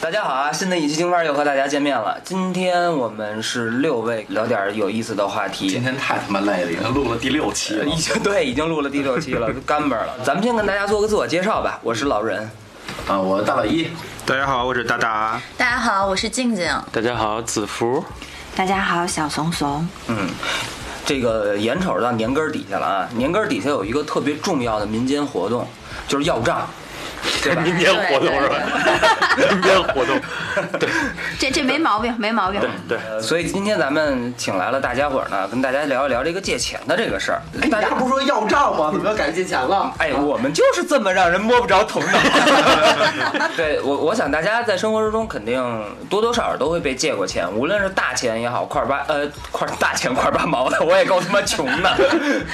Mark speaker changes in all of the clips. Speaker 1: 大家好啊！新的一期京范儿又和大家见面了。今天我们是六位，聊点儿有意思的话题
Speaker 2: 今。天太他妈累了，已经录了第六期了
Speaker 1: 已。经对，已经录了第六期了，都 干巴儿了。咱们先跟大家做个自我介绍吧。我是老人，
Speaker 2: 啊，我大老一，
Speaker 3: 大家好，我是大大。
Speaker 4: 大家好，我是静静。
Speaker 5: 大家好，子福，
Speaker 4: 大家好，小怂怂。
Speaker 1: 嗯，这个眼瞅着到年根儿底下了啊，年根儿底下有一个特别重要的民间活动，就是要账，对 吧？
Speaker 5: 民间活动是吧？民间活动，对
Speaker 4: 这这没毛病，没毛病。
Speaker 5: 对，
Speaker 1: 呃所以今天咱们请来了大家伙儿呢，跟大家聊一聊这个借钱的这个事儿。大家
Speaker 2: 不是说要账吗？怎么又改借钱了？
Speaker 1: 哎，我们就是这么让人摸不着头脑。对我，我想大家在生活之中肯定多多少少都会被借过钱，无论是大钱也好，块八呃块大钱块八毛的，我也够他妈穷的。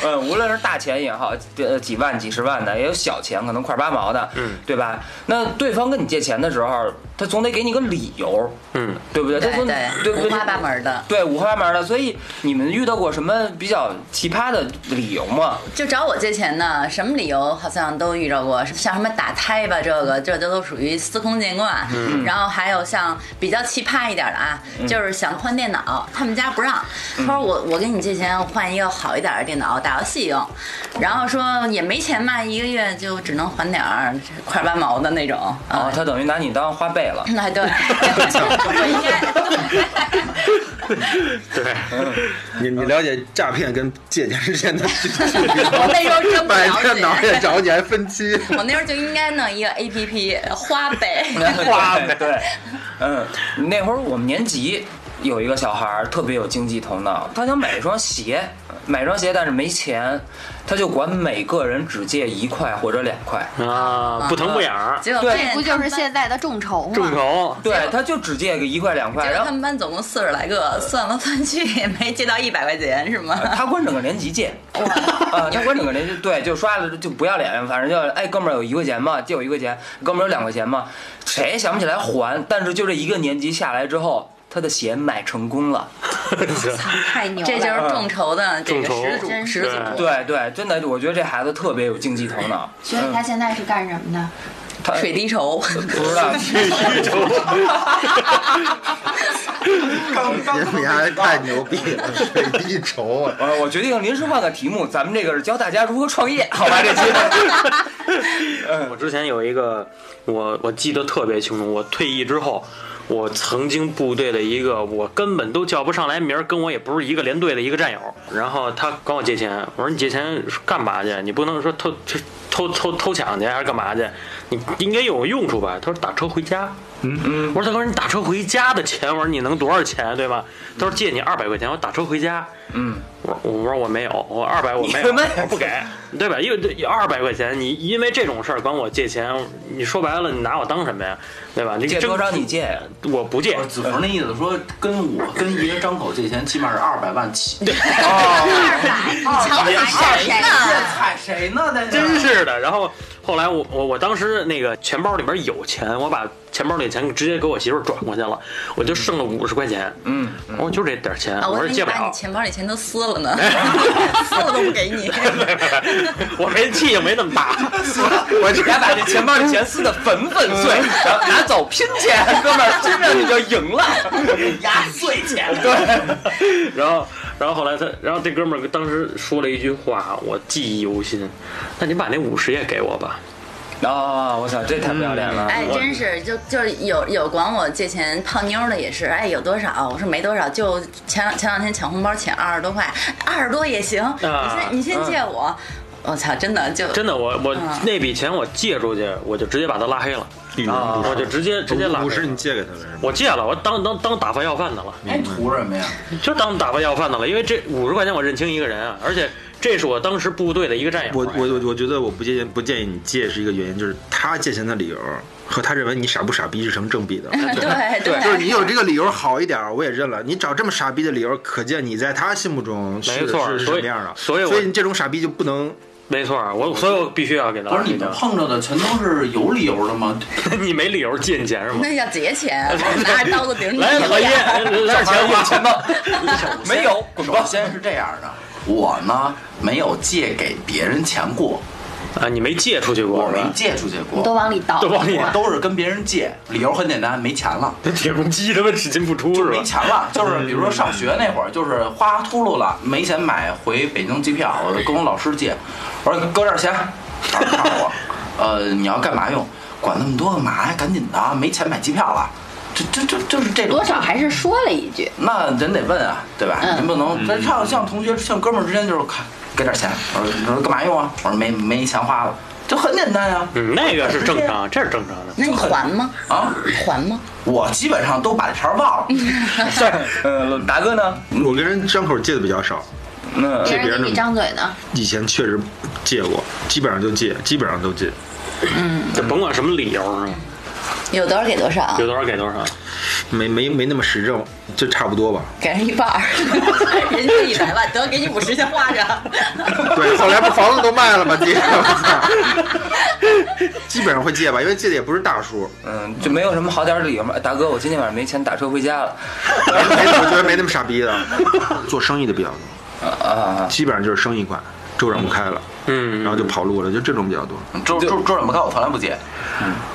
Speaker 1: 嗯，无论是大钱也好，呃几万几十万的，也有小钱可能块八毛的，嗯，对吧？那对方跟你借钱的时候，他总得给你个理由，
Speaker 5: 嗯，
Speaker 1: 对不对？他
Speaker 4: 对
Speaker 1: 总对
Speaker 4: 对，
Speaker 1: 不对？
Speaker 4: 五花八门的，
Speaker 1: 对五花八门的，所以你们遇到过什么比较奇葩的理由吗？
Speaker 4: 就找我借钱呢，什么理由好像都遇着过，像什么打胎吧，这个这这都属于司空见惯。然后还有像比较奇葩一点的啊，就是想换电脑，他们家不让，他说我我给你借钱，我换一个好一点的电脑打游戏用，然后说也没钱嘛，一个月就只能还点儿块八毛的那种。
Speaker 1: 哦
Speaker 4: 啊，，
Speaker 1: 他等于拿你当花呗 了。
Speaker 4: 那哎对，不应该。对
Speaker 5: 对，
Speaker 3: 嗯你你了解诈骗跟借钱之间的区别吗？
Speaker 4: 我那时候真不
Speaker 3: 买电脑
Speaker 4: 了
Speaker 3: 也
Speaker 4: 解，
Speaker 3: 找你还分期，
Speaker 4: 我那时候就应该弄一个 A P P 花呗。
Speaker 1: 花呗。对，嗯，那会儿我们年级有一个小孩儿特别有经济头脑，他想买一双鞋，买一双鞋但是没钱，他就管每个人只借一块或者两块。
Speaker 3: 嗯
Speaker 5: 啊，不疼不痒儿，
Speaker 4: 结果
Speaker 1: 对
Speaker 4: 发现
Speaker 6: 不就是现在的众筹
Speaker 5: 众
Speaker 6: 吗？
Speaker 5: 筹，
Speaker 1: 对，他就只借个一块两块，
Speaker 4: 结
Speaker 1: 然
Speaker 4: 果
Speaker 1: 后
Speaker 4: 他们班总共四十来个，算了算去也没借到一百块钱，是吗？
Speaker 5: 哎
Speaker 1: 他管整个年级借，啊，他管整个年级对，就刷了就不要脸，反正就哎哥们儿有一块钱嘛，借我一块钱，哥们儿有两块钱嘛，谁也想不起来还，但是就这一个年级下来之后，他的鞋买成功了。
Speaker 6: 太牛了！
Speaker 5: 啊
Speaker 4: 这就是众筹的这
Speaker 5: 众
Speaker 4: 个
Speaker 5: 筹
Speaker 4: 始祖，始祖。
Speaker 5: 对
Speaker 1: 对对，真的，我觉得这孩子特别有经济头脑，
Speaker 6: 所以他现在是干什么的？
Speaker 1: 他
Speaker 4: 水滴 筹，
Speaker 1: 不知道。
Speaker 2: 刚刚
Speaker 3: 你还太牛逼了，水滴筹啊！
Speaker 1: 呃，我决定临时换个题目，咱们这个是教大家如何创业，好吧？这期
Speaker 5: 我之前有一个，我我记得特别清楚，我退役之后。我曾经部队的一个，我根本都叫不上来名儿，跟我也不是一个连队的一个战友。然后他管我借钱，我说你借钱干嘛去？你不能说偷偷偷偷偷抢去还是干嘛去？你应该有用处吧？他说打车回家。嗯，我说他说你打车回家的钱，我说你能多少钱对吧？他说借你二百块钱，我打车回家。
Speaker 1: 嗯，
Speaker 5: 我我说我没有，我二百我 没
Speaker 1: 你
Speaker 5: 有，
Speaker 1: 他妈
Speaker 5: 我不给，对吧？因为二百块钱，你因为这种事儿管我借钱，你说白了，你拿我当什么呀？对吧？你
Speaker 1: 借
Speaker 5: 真
Speaker 1: 多少你借啊呀？
Speaker 5: 我不借
Speaker 2: 我，子福那意思说，跟我跟一人张口借钱，起码是二百万起。
Speaker 6: 二百，你瞧
Speaker 4: 哎呀
Speaker 6: 瞧谁呢？
Speaker 2: 踩谁呢？在这
Speaker 5: 真是的。然后后来我我我当时那个钱包里边有钱，我把钱包里的钱直接给我媳妇儿转过去了，我就剩了五十块钱。
Speaker 1: 嗯，
Speaker 5: 我说就这点儿钱，
Speaker 4: 啊，
Speaker 5: 我
Speaker 4: 我
Speaker 5: 说
Speaker 4: 以为你
Speaker 5: 借不
Speaker 4: 把
Speaker 5: 了
Speaker 4: 你。钱包里钱都撕了呢，撕了都不给你。
Speaker 5: 我没气性没那么 大，
Speaker 1: 我这还把这钱包里钱撕得粉粉碎，
Speaker 5: 嗯
Speaker 1: 然后拿走拼去，啊哥们儿，拼上你就赢了。
Speaker 2: 压岁钱，
Speaker 5: 然后，然后后来他，然后这哥们儿当时说了一句话，我记忆犹新。那你把那五十也给我吧。
Speaker 1: 啊，我操，这太不要脸了！
Speaker 5: 啊
Speaker 4: 哎，真是就就是有有管我借钱泡妞的也是，哎，有多少？我说没多少，就前两前两天抢红包抢二十多块，二十多也行。你先你先借我，我操，真的就
Speaker 5: 啊真的，我我
Speaker 4: 嗯
Speaker 5: 那笔钱我借出去，我就直接把他拉黑了，
Speaker 1: 啊
Speaker 5: 我就直接直接拉
Speaker 3: 五
Speaker 5: 黑
Speaker 3: 十
Speaker 5: 了
Speaker 3: 你。借给他了是吗？
Speaker 5: 我借了，我当当当打发要饭的了，
Speaker 2: 哎，图什么呀？
Speaker 5: 就当打发要饭的了，因为这五十块钱我认清一个人啊，而且这是我当时部队的一个战友。
Speaker 3: 我我我我觉得我不建议不建议你借是一个原因，就是他借钱的理由和他认为你傻不傻逼是成正比的。
Speaker 5: 啊
Speaker 4: 对 对，
Speaker 3: 就是你有这个理由好一点儿，我也认了。你找这么傻逼的理由，可见你在他心目中是
Speaker 5: 没错
Speaker 3: 是是什
Speaker 5: 所以
Speaker 3: 么样的。
Speaker 5: 所以我
Speaker 3: 所以你这种傻逼就不能
Speaker 5: 没错，我所以我必须要给他
Speaker 2: 不
Speaker 5: 拉
Speaker 2: 是你
Speaker 5: 黑
Speaker 2: 们
Speaker 5: 的。
Speaker 2: 碰着的全都是有理由的吗？
Speaker 5: 你没理由借你钱是吗？
Speaker 4: 那叫劫钱， 拿着刀子顶着你
Speaker 5: 啊来
Speaker 4: 的
Speaker 5: 老爷，
Speaker 4: 脸。
Speaker 5: 来点
Speaker 1: 小孩儿
Speaker 5: 嗯钱
Speaker 1: 有
Speaker 5: 花。
Speaker 1: 钱吗？ 没有，滚
Speaker 2: 首
Speaker 1: 吧！
Speaker 2: 先是这样的，我呢没有借给别人钱过，
Speaker 5: 啊，你没借出去过？
Speaker 2: 我没
Speaker 5: 是吧
Speaker 2: 借出去过，
Speaker 6: 你都往里倒
Speaker 5: 都。往里
Speaker 2: 我都是跟别人借，理由很简单，没钱了，
Speaker 5: 铁公鸡他妈只进不出
Speaker 2: 就是是没
Speaker 5: 吧？
Speaker 2: 钱了。就是比如说上学那会儿，就是花秃噜了，没钱买回北京机票，我就跟我老师借，我说哥这儿钱，老师看着我，呃，你要干嘛用？管那么多干嘛呀？赶紧的，啊没钱买机票了。这这这就是这种
Speaker 6: 多少还是说了一句，
Speaker 2: 那人得问啊，对吧？
Speaker 6: 嗯
Speaker 2: 人不能这像像同学像哥们儿之间就是看给点钱，我说你说干嘛用啊？我说没没钱花了，就很简单呀、
Speaker 5: 嗯，那个是正常，这是正常的。
Speaker 4: 那你还吗？
Speaker 2: 啊。啊，
Speaker 4: 还吗？
Speaker 2: 我基本上都把这茬儿 忘了。
Speaker 1: 对，嗯，达哥呢？
Speaker 3: 我跟人张口借的比较少，
Speaker 1: 嗯，
Speaker 6: 别人
Speaker 3: 别人
Speaker 6: 跟你
Speaker 3: 呢
Speaker 6: 张嘴呢，
Speaker 3: 以前确实借过，基本上就借，基本上都借。
Speaker 5: 就甭管什么理由是吧？
Speaker 4: 有多少给多少
Speaker 5: 有，多少给多少。
Speaker 3: 没没没那么实证，就差不多吧。
Speaker 4: 给人一半儿， 人家一百万，得给你五十先花着。
Speaker 3: 对，后来不房子都卖了吗？借， 基本上会借吧，因为借的也不是大数，
Speaker 1: 嗯，就没有什么好点儿理由嘛。达哥，我今天晚上没钱打车回家了。
Speaker 3: 我觉得没那么傻逼的。 做生意的比较多，
Speaker 1: 啊，
Speaker 3: 基本上就是生意款，周转不开了，
Speaker 5: 嗯，
Speaker 3: 然后就跑路了，就这种比较多。
Speaker 2: 周周周转不开，我从来不接。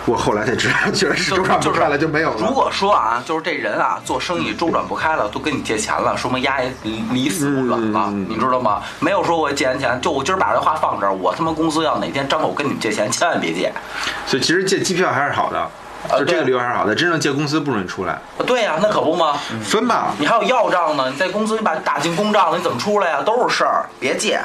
Speaker 3: 我后来才知道，确实是
Speaker 2: 就
Speaker 3: 周转不开了就没有
Speaker 2: 如
Speaker 3: 了。
Speaker 2: 果说啊，就是这人啊，做生意周转不开了，都跟你借钱了，说明丫也离离死不远了，
Speaker 3: 嗯
Speaker 2: 你知道吗？没有说我借人钱，就我今儿把这话放这儿，我他妈公司要哪天张口跟你们借钱，千万别借。啊
Speaker 3: 所以其实借机票还是好的，
Speaker 6: 呃
Speaker 3: 就这个理由还是好的。真正借公司不准出来，
Speaker 2: 对呀、那可不吗？
Speaker 3: 分吧。
Speaker 2: 你还有要账呢，你在公司你把打进公账了，你怎么出来呀、啊都是事儿，别借。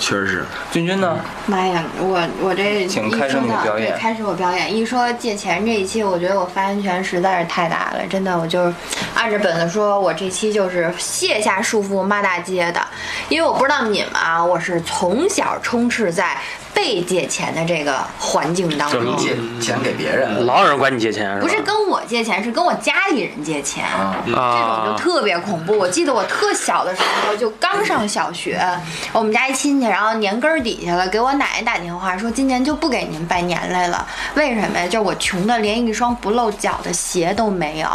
Speaker 3: 确实是，
Speaker 1: 君君呢？
Speaker 6: 妈呀，我我这
Speaker 1: 请
Speaker 6: 一
Speaker 1: 开始
Speaker 6: 说
Speaker 1: 你的
Speaker 6: 到
Speaker 1: 表演
Speaker 6: 对，开始我表演。一说借钱这一期，我觉得我发言权实在是太大了，真的，我就是按着本子说，我这期就是卸下束缚骂大街的。因为我不知道你们啊，我是从小充斥在被借钱的这个环境当
Speaker 2: 你
Speaker 6: 中，
Speaker 2: 借钱给别人，
Speaker 5: 老有人管你借钱
Speaker 6: 不
Speaker 5: 是
Speaker 6: 是
Speaker 5: 吧？
Speaker 6: 跟我借钱，是跟我家里人借钱。
Speaker 2: 啊，
Speaker 6: 这种就
Speaker 5: 啊，
Speaker 6: 特别恐怖。我记得我特小的时候，就刚上小学，我们家一亲戚，然后年根儿底下了，给我奶奶打电话说，今年就不给您拜年来了。为什么呀？就是我穷的连一双不露脚的鞋都没有，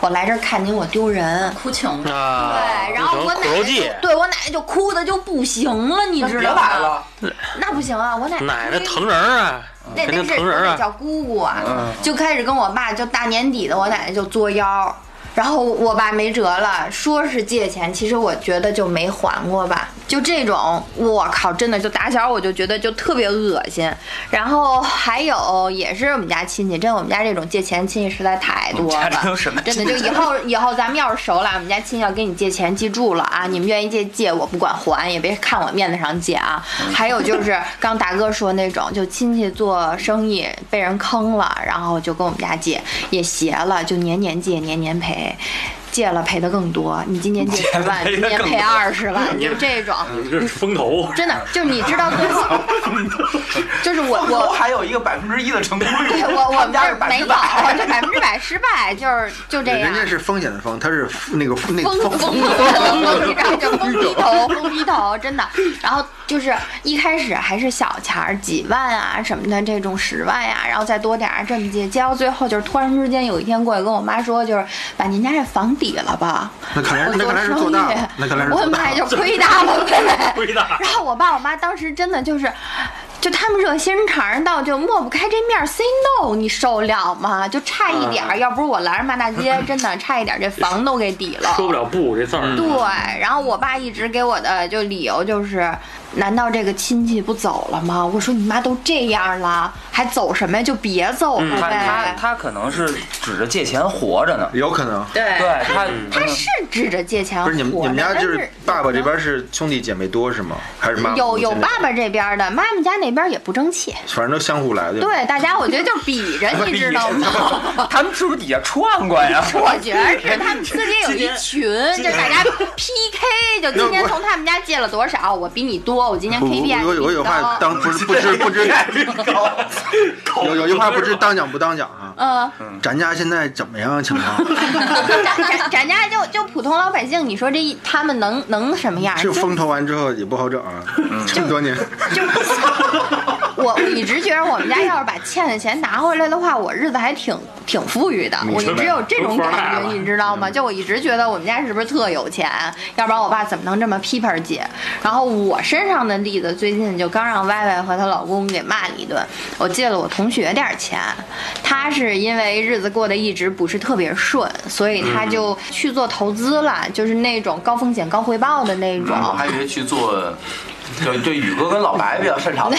Speaker 6: 我来这儿看您我丢人。
Speaker 4: 哭穷的，
Speaker 5: 啊，
Speaker 6: 对，然后我奶
Speaker 5: 苦肉
Speaker 6: 奶
Speaker 5: 计
Speaker 6: 就，对我奶奶就哭的就不行了，你
Speaker 2: 那
Speaker 6: 知
Speaker 2: 别
Speaker 6: 道
Speaker 2: 来
Speaker 6: 吗？
Speaker 2: 了，
Speaker 6: 那不行啊，我奶
Speaker 5: 奶奶
Speaker 6: 哭
Speaker 5: 疼人儿啊，
Speaker 6: 那
Speaker 5: 肯
Speaker 6: 那
Speaker 5: 定
Speaker 6: 是
Speaker 5: 疼人儿
Speaker 6: 那
Speaker 5: 啊。
Speaker 6: 叫姑姑啊，就开始跟我爸就大年底的，我奶奶就作妖，然后我爸没辙了，说是借钱，其实我觉得就没还过吧，就这种，我靠，真的就打小我就觉得就特别恶心。然后还有也是我们家亲戚，真的我们家这种借钱亲戚实在太多
Speaker 1: 家里
Speaker 6: 了
Speaker 1: 有，什么
Speaker 6: 真的就以后以后咱们要是熟了，我们家亲戚要跟你借钱，记住了啊，你们愿意借借，我不管还，也别看我面子上借啊。还有就是刚大哥说那种，就亲戚做生意被人坑了，然后就跟我们家借，也邪了，就年年借，年年赔。借了赔的更多，你今年借十万，
Speaker 1: 借了赔
Speaker 6: 明
Speaker 1: 得
Speaker 6: 年
Speaker 1: 更
Speaker 6: 赔
Speaker 1: 多
Speaker 6: 二十万，就这种，
Speaker 5: 你这是风头，
Speaker 6: 真的就是你知道多少？就是我
Speaker 2: 我
Speaker 6: 我
Speaker 2: 还有一个百分之一的成功率
Speaker 6: 对，我我
Speaker 2: 他
Speaker 6: 们这
Speaker 2: 家是
Speaker 6: 儿
Speaker 2: 百
Speaker 6: 没
Speaker 2: 分之
Speaker 6: 有，
Speaker 2: 百。
Speaker 6: 这百分之百失败，就是就这样
Speaker 3: 人。
Speaker 6: 啊
Speaker 3: 家是风险的风，他是那个那
Speaker 6: 疯
Speaker 3: 个
Speaker 6: 疯疯疯，然后就疯逼头，疯逼头，真的。然后就是一开始还是小钱儿，几万啊什么的，这种十万呀、然后再多点儿这么借，借到最后就是突然之间有一天过去跟我妈说，就是把您家这房抵了吧。
Speaker 3: 那看来
Speaker 6: 我
Speaker 3: 那
Speaker 6: 做
Speaker 3: 看来是做
Speaker 6: 生意
Speaker 3: 大了，那看来是
Speaker 6: 我
Speaker 3: 做大
Speaker 6: 买
Speaker 3: 了。
Speaker 6: 就亏大了呗。
Speaker 5: 亏大了
Speaker 6: 然后我爸我妈当时真的就是，就他们热心肠到就抹不开这面儿 say no，你受了吗？就差一点儿，要不是我拦着骂大街，真的差一点儿这房都给抵了。
Speaker 5: 说不了不这字
Speaker 3: 嗯
Speaker 5: 儿。
Speaker 6: 对，然后我爸一直给我的就理由就是，难道这个亲戚不走了吗？我说你妈都这样了，还走什么呀？就别走
Speaker 3: 嗯
Speaker 6: 了
Speaker 1: 他他
Speaker 6: 呗。
Speaker 1: 他可能是指着借钱活着呢。
Speaker 3: 有可能，
Speaker 4: 对
Speaker 1: 对他，嗯
Speaker 6: 他是指着借钱
Speaker 3: 嗯不是你们
Speaker 6: 活
Speaker 3: 你们
Speaker 6: 的
Speaker 3: 家
Speaker 6: 但
Speaker 3: 就是爸爸这边是兄弟姐妹多是吗？还是妈妈
Speaker 6: 有有
Speaker 3: 母亲那边
Speaker 6: 爸，爸这边的，妈妈家那边也不争气。
Speaker 3: 反正都相互来的。
Speaker 6: 对，大家我觉得就 比着，你知道吗？
Speaker 1: 他他们是不是底下串过呀？
Speaker 6: 我
Speaker 3: 哎
Speaker 6: 觉得是他们自己有一群，就大家 PK，就今天从他们家借了多少，我比你多，我今天
Speaker 3: 不，我
Speaker 6: KPI
Speaker 3: 我有我
Speaker 6: 比
Speaker 3: 有
Speaker 6: 你
Speaker 3: 话
Speaker 6: 高。
Speaker 3: 当不是不知不知，有有句话不知当讲不当讲啊。
Speaker 6: 嗯，
Speaker 3: 咱家现在怎么样情况？
Speaker 6: 咱咱咱家就就普通老百姓，你说这一他们能能什么样？
Speaker 3: 这
Speaker 6: 就
Speaker 3: 啊
Speaker 5: 嗯
Speaker 3: 风头完之后也不好整啊，这么多年。
Speaker 6: 就我 我我一直觉得我们家要是把欠的钱拿回来的话，我日子还挺挺富裕的。我一直有这种感觉，你知道吗？就我一直觉得我们家是不是特有钱？要不然我爸怎么能这么批判姐？然后我身上的例子，最近就刚让歪歪和她老公给骂了一顿。我借了我同学点儿钱，她是因为日子过得一直不是特别顺，所以她就去做投资了，就是那种高风险高回报的那种。
Speaker 2: 我嗯还以为去做，对对，宇哥跟老白比较擅长的。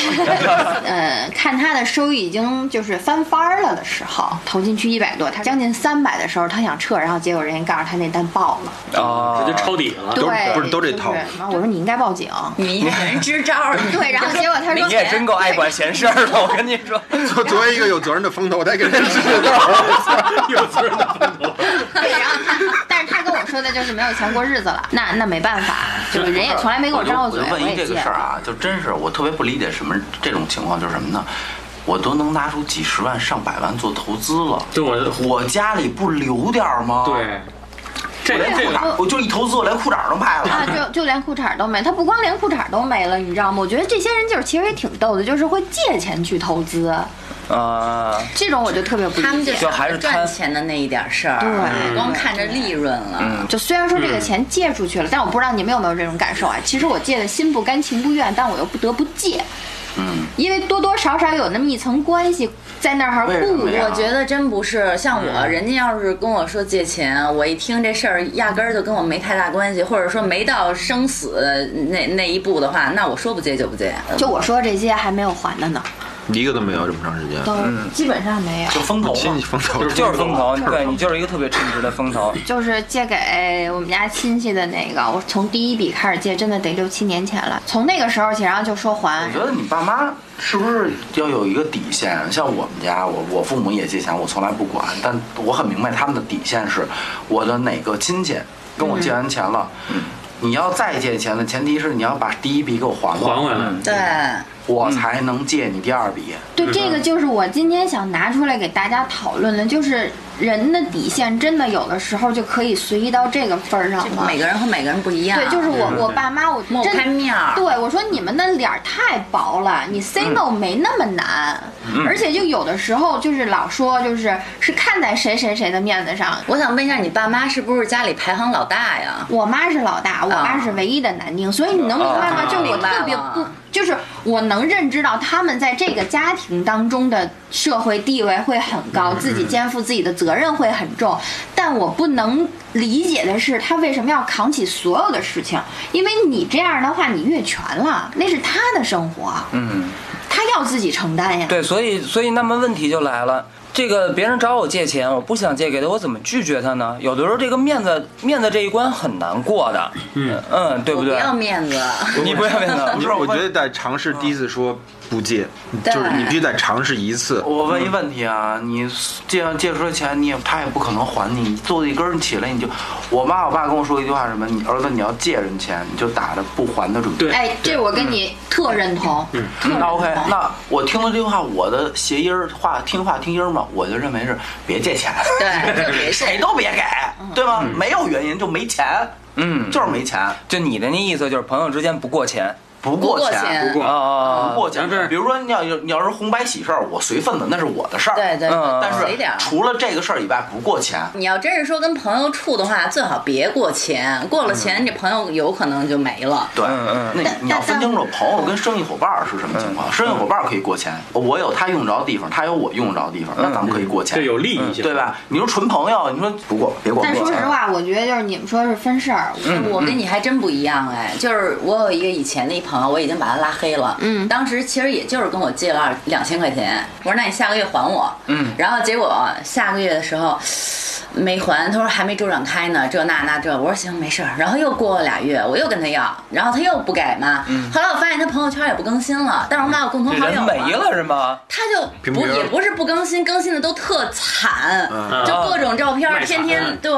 Speaker 6: 呃，看他的收益已经就是翻番儿了的时候，投进去一百多，他将近三百的时候，他想撤，然后结果人家告诉他那单爆了，
Speaker 1: 啊，
Speaker 5: 直接抄底了。
Speaker 3: 都
Speaker 6: 对，
Speaker 3: 不是都这套
Speaker 6: 就是然后我说你应该报警，
Speaker 4: 你人支招儿，
Speaker 6: 对，然后结果他说
Speaker 1: 你也真够爱管闲事儿的，我跟你说，
Speaker 3: 作作为一个有责任的风投，我得给人指指道儿。有责任的风投，
Speaker 6: 对，然后他，但是他跟我说的就是没有钱过日子了，那那没办法，就是人也从来没跟
Speaker 2: 我就
Speaker 6: 张过嘴，
Speaker 2: 我就
Speaker 6: 我
Speaker 2: 问一
Speaker 6: 也
Speaker 2: 这个
Speaker 6: 借
Speaker 2: 事。儿啊，就真是我特别不理解什么这种情况，就是什么呢？我都能拿出几十万、上百万做投资了，
Speaker 5: 对我
Speaker 2: 我家里不留点儿吗？，
Speaker 5: 对，这
Speaker 2: 我连
Speaker 5: 这
Speaker 2: 裤
Speaker 5: 个
Speaker 2: 衩，我就一投资，我连裤衩都卖
Speaker 6: 啊，
Speaker 2: 了。
Speaker 6: 就就连裤衩都没，他不光连裤衩都没了，你知道吗？我觉得这些人就是其实也挺逗的，就是会借钱去投资，
Speaker 1: 啊，
Speaker 6: 这种我就特别不理解。
Speaker 4: 他们就
Speaker 1: 就还是贪
Speaker 4: 赚钱的那一点事儿，啊
Speaker 6: 对
Speaker 4: 光看着利润了。
Speaker 6: 就虽然说这个钱
Speaker 2: 嗯
Speaker 6: 借出去了，但我不知道你们有没有这种感受啊？其实我借的心不甘情不愿，但我又不得不借，
Speaker 2: 嗯，
Speaker 6: 因为多多少少有那么一层关系在那儿
Speaker 2: 为什
Speaker 6: 固
Speaker 2: 么呀
Speaker 6: 着。
Speaker 4: 我觉得真不是像我，人家要是跟我说借钱，我一听这事儿压根儿就跟我没太大关系，或者说没到生死那那一步的话，那我说不借就不借。
Speaker 6: 就我说这些还没有还的呢，
Speaker 3: 一个都没有这么长时间，
Speaker 6: 都基本上没有。
Speaker 2: 嗯就风投
Speaker 3: 亲
Speaker 2: 嘛
Speaker 3: 戚，风投
Speaker 1: 就是风投，对你就是一个特别称职的风投，
Speaker 6: 就是借给我们家亲戚的那个，我从第一笔开始借，真的得六七年前了。从那个时候起，然后就说还
Speaker 2: 我觉，得你爸妈是不是要有一个底线？像我们家，我我父母也借钱，我从来不管，但我很明白他们的底线是我的哪个亲戚跟
Speaker 6: 嗯
Speaker 2: 我借完钱了，你要再借钱的前提是你要把第一笔给我还
Speaker 5: 还回
Speaker 2: 了，
Speaker 5: 来。
Speaker 4: 对，
Speaker 6: 嗯
Speaker 2: 我才能借你第二笔。
Speaker 6: 对，这个就是我今天想拿出来给大家讨论的，就是人的底线真的有的时候就可以随意到这个份儿上
Speaker 4: 这
Speaker 6: 吗？
Speaker 4: 每个人和每个人不一样。
Speaker 6: 对，就是我我爸妈，我
Speaker 4: 抹不
Speaker 6: 真
Speaker 4: 开面儿
Speaker 6: 对，我说你们的脸儿太薄了，你 say no 没那么难，而且就有的时候就是老说就是是看在谁谁谁的面子上。
Speaker 4: 我想问一下，你爸妈是不是家里排行老大呀？
Speaker 6: 我妈是老大，我爸
Speaker 4: 啊
Speaker 6: 是唯一的男丁，所以你能明白吗？
Speaker 4: 啊
Speaker 6: 就我
Speaker 4: 明白
Speaker 6: 特别
Speaker 4: 了
Speaker 6: 不，就是我能认知到他们在这个家庭当中的社会地位会很高，自己肩负自己的责任会很重，但我不能理解的是他为什么要扛起所有的事情，因为你这样的话你越权了，那是他的生活，
Speaker 1: 嗯。
Speaker 6: 他要自己承担呀。
Speaker 1: 对，所以所以那么问题就来了，这个别人找我借钱，我不想借给他，我怎么拒绝他呢？有的时候这个面子面子这一关很难过的，嗯嗯，对
Speaker 4: 我
Speaker 1: 不
Speaker 4: 不
Speaker 1: 对？
Speaker 4: 要面子，
Speaker 1: 你不要面子，
Speaker 3: 你知道，我觉得得尝试第一次说不借，就是你必须得尝试一次。
Speaker 2: 我问一问题啊，你借借出来钱，你也他也不可能还你，你坐一根儿起来你就，我妈我爸跟我说一句话什么，你儿子你要借人钱，你就打着不还的准备。
Speaker 5: 对
Speaker 6: 哎，这我跟你特认同，特认
Speaker 2: 那 OK，
Speaker 6: 同。
Speaker 2: 那我听了这句话，我的谐音儿话听话听音儿嘛，我就认为是别借钱，
Speaker 4: 对，就别
Speaker 2: 谁都别给，对吗？没有原因就没钱，
Speaker 1: 嗯，
Speaker 2: 就是没钱，
Speaker 1: 就你的那意思就是朋友之间不过钱
Speaker 2: 不
Speaker 4: 不
Speaker 2: 过
Speaker 4: 过
Speaker 2: 钱，
Speaker 4: 钱
Speaker 5: 不过
Speaker 1: 啊
Speaker 2: 不过钱
Speaker 5: 咱这。儿
Speaker 2: 比如说你要你要是红白喜事儿，我随份子那是我的事儿，
Speaker 4: 对对，对
Speaker 1: 嗯
Speaker 2: 但
Speaker 4: 谁
Speaker 2: 是
Speaker 4: 点儿
Speaker 2: 除了这个事儿以外，不过钱。
Speaker 4: 你要真是说跟朋友处的话，最好别过钱，过了钱这朋友有可能就没了。
Speaker 2: 对，
Speaker 1: 嗯
Speaker 2: 那你要分清楚朋友跟生意伙伴儿是什么情
Speaker 5: 嗯
Speaker 2: 况。生意伙伴儿可以过钱，我有他用着的地方，他有我用着的地方，那咱们可以过
Speaker 5: 嗯这
Speaker 2: 钱，
Speaker 5: 有利益性，
Speaker 2: 对？吧？你说纯朋友，你说不过别过
Speaker 6: 但
Speaker 2: 不
Speaker 6: 说
Speaker 2: 过
Speaker 6: 实
Speaker 2: 钱。
Speaker 6: 话，我觉得就是你们说是分事儿，
Speaker 1: 嗯
Speaker 4: 我跟你还真不一样哎，就是我有一个以前的一朋友，我已经把他拉黑了。
Speaker 6: 嗯
Speaker 4: 当时其实也就是跟我借了二两千块钱，我说那你下个月还我。嗯，然后结果下个月的时候没还，他说还没周转开呢，这那那这。我说行没事儿，然后又过了俩月，我又跟他要，然后他又不给嘛。后来我发现他朋友圈也不更新了，但是我嗯们俩有共同
Speaker 1: 嗯这
Speaker 4: 好友啊
Speaker 1: 人
Speaker 4: 嘛
Speaker 1: 没了是吗？
Speaker 4: 他就不
Speaker 3: 平嗯
Speaker 4: 也不是不更新，更新的都特惨，
Speaker 1: 啊
Speaker 4: 就各种照片
Speaker 5: 卖，惨
Speaker 4: 天天对。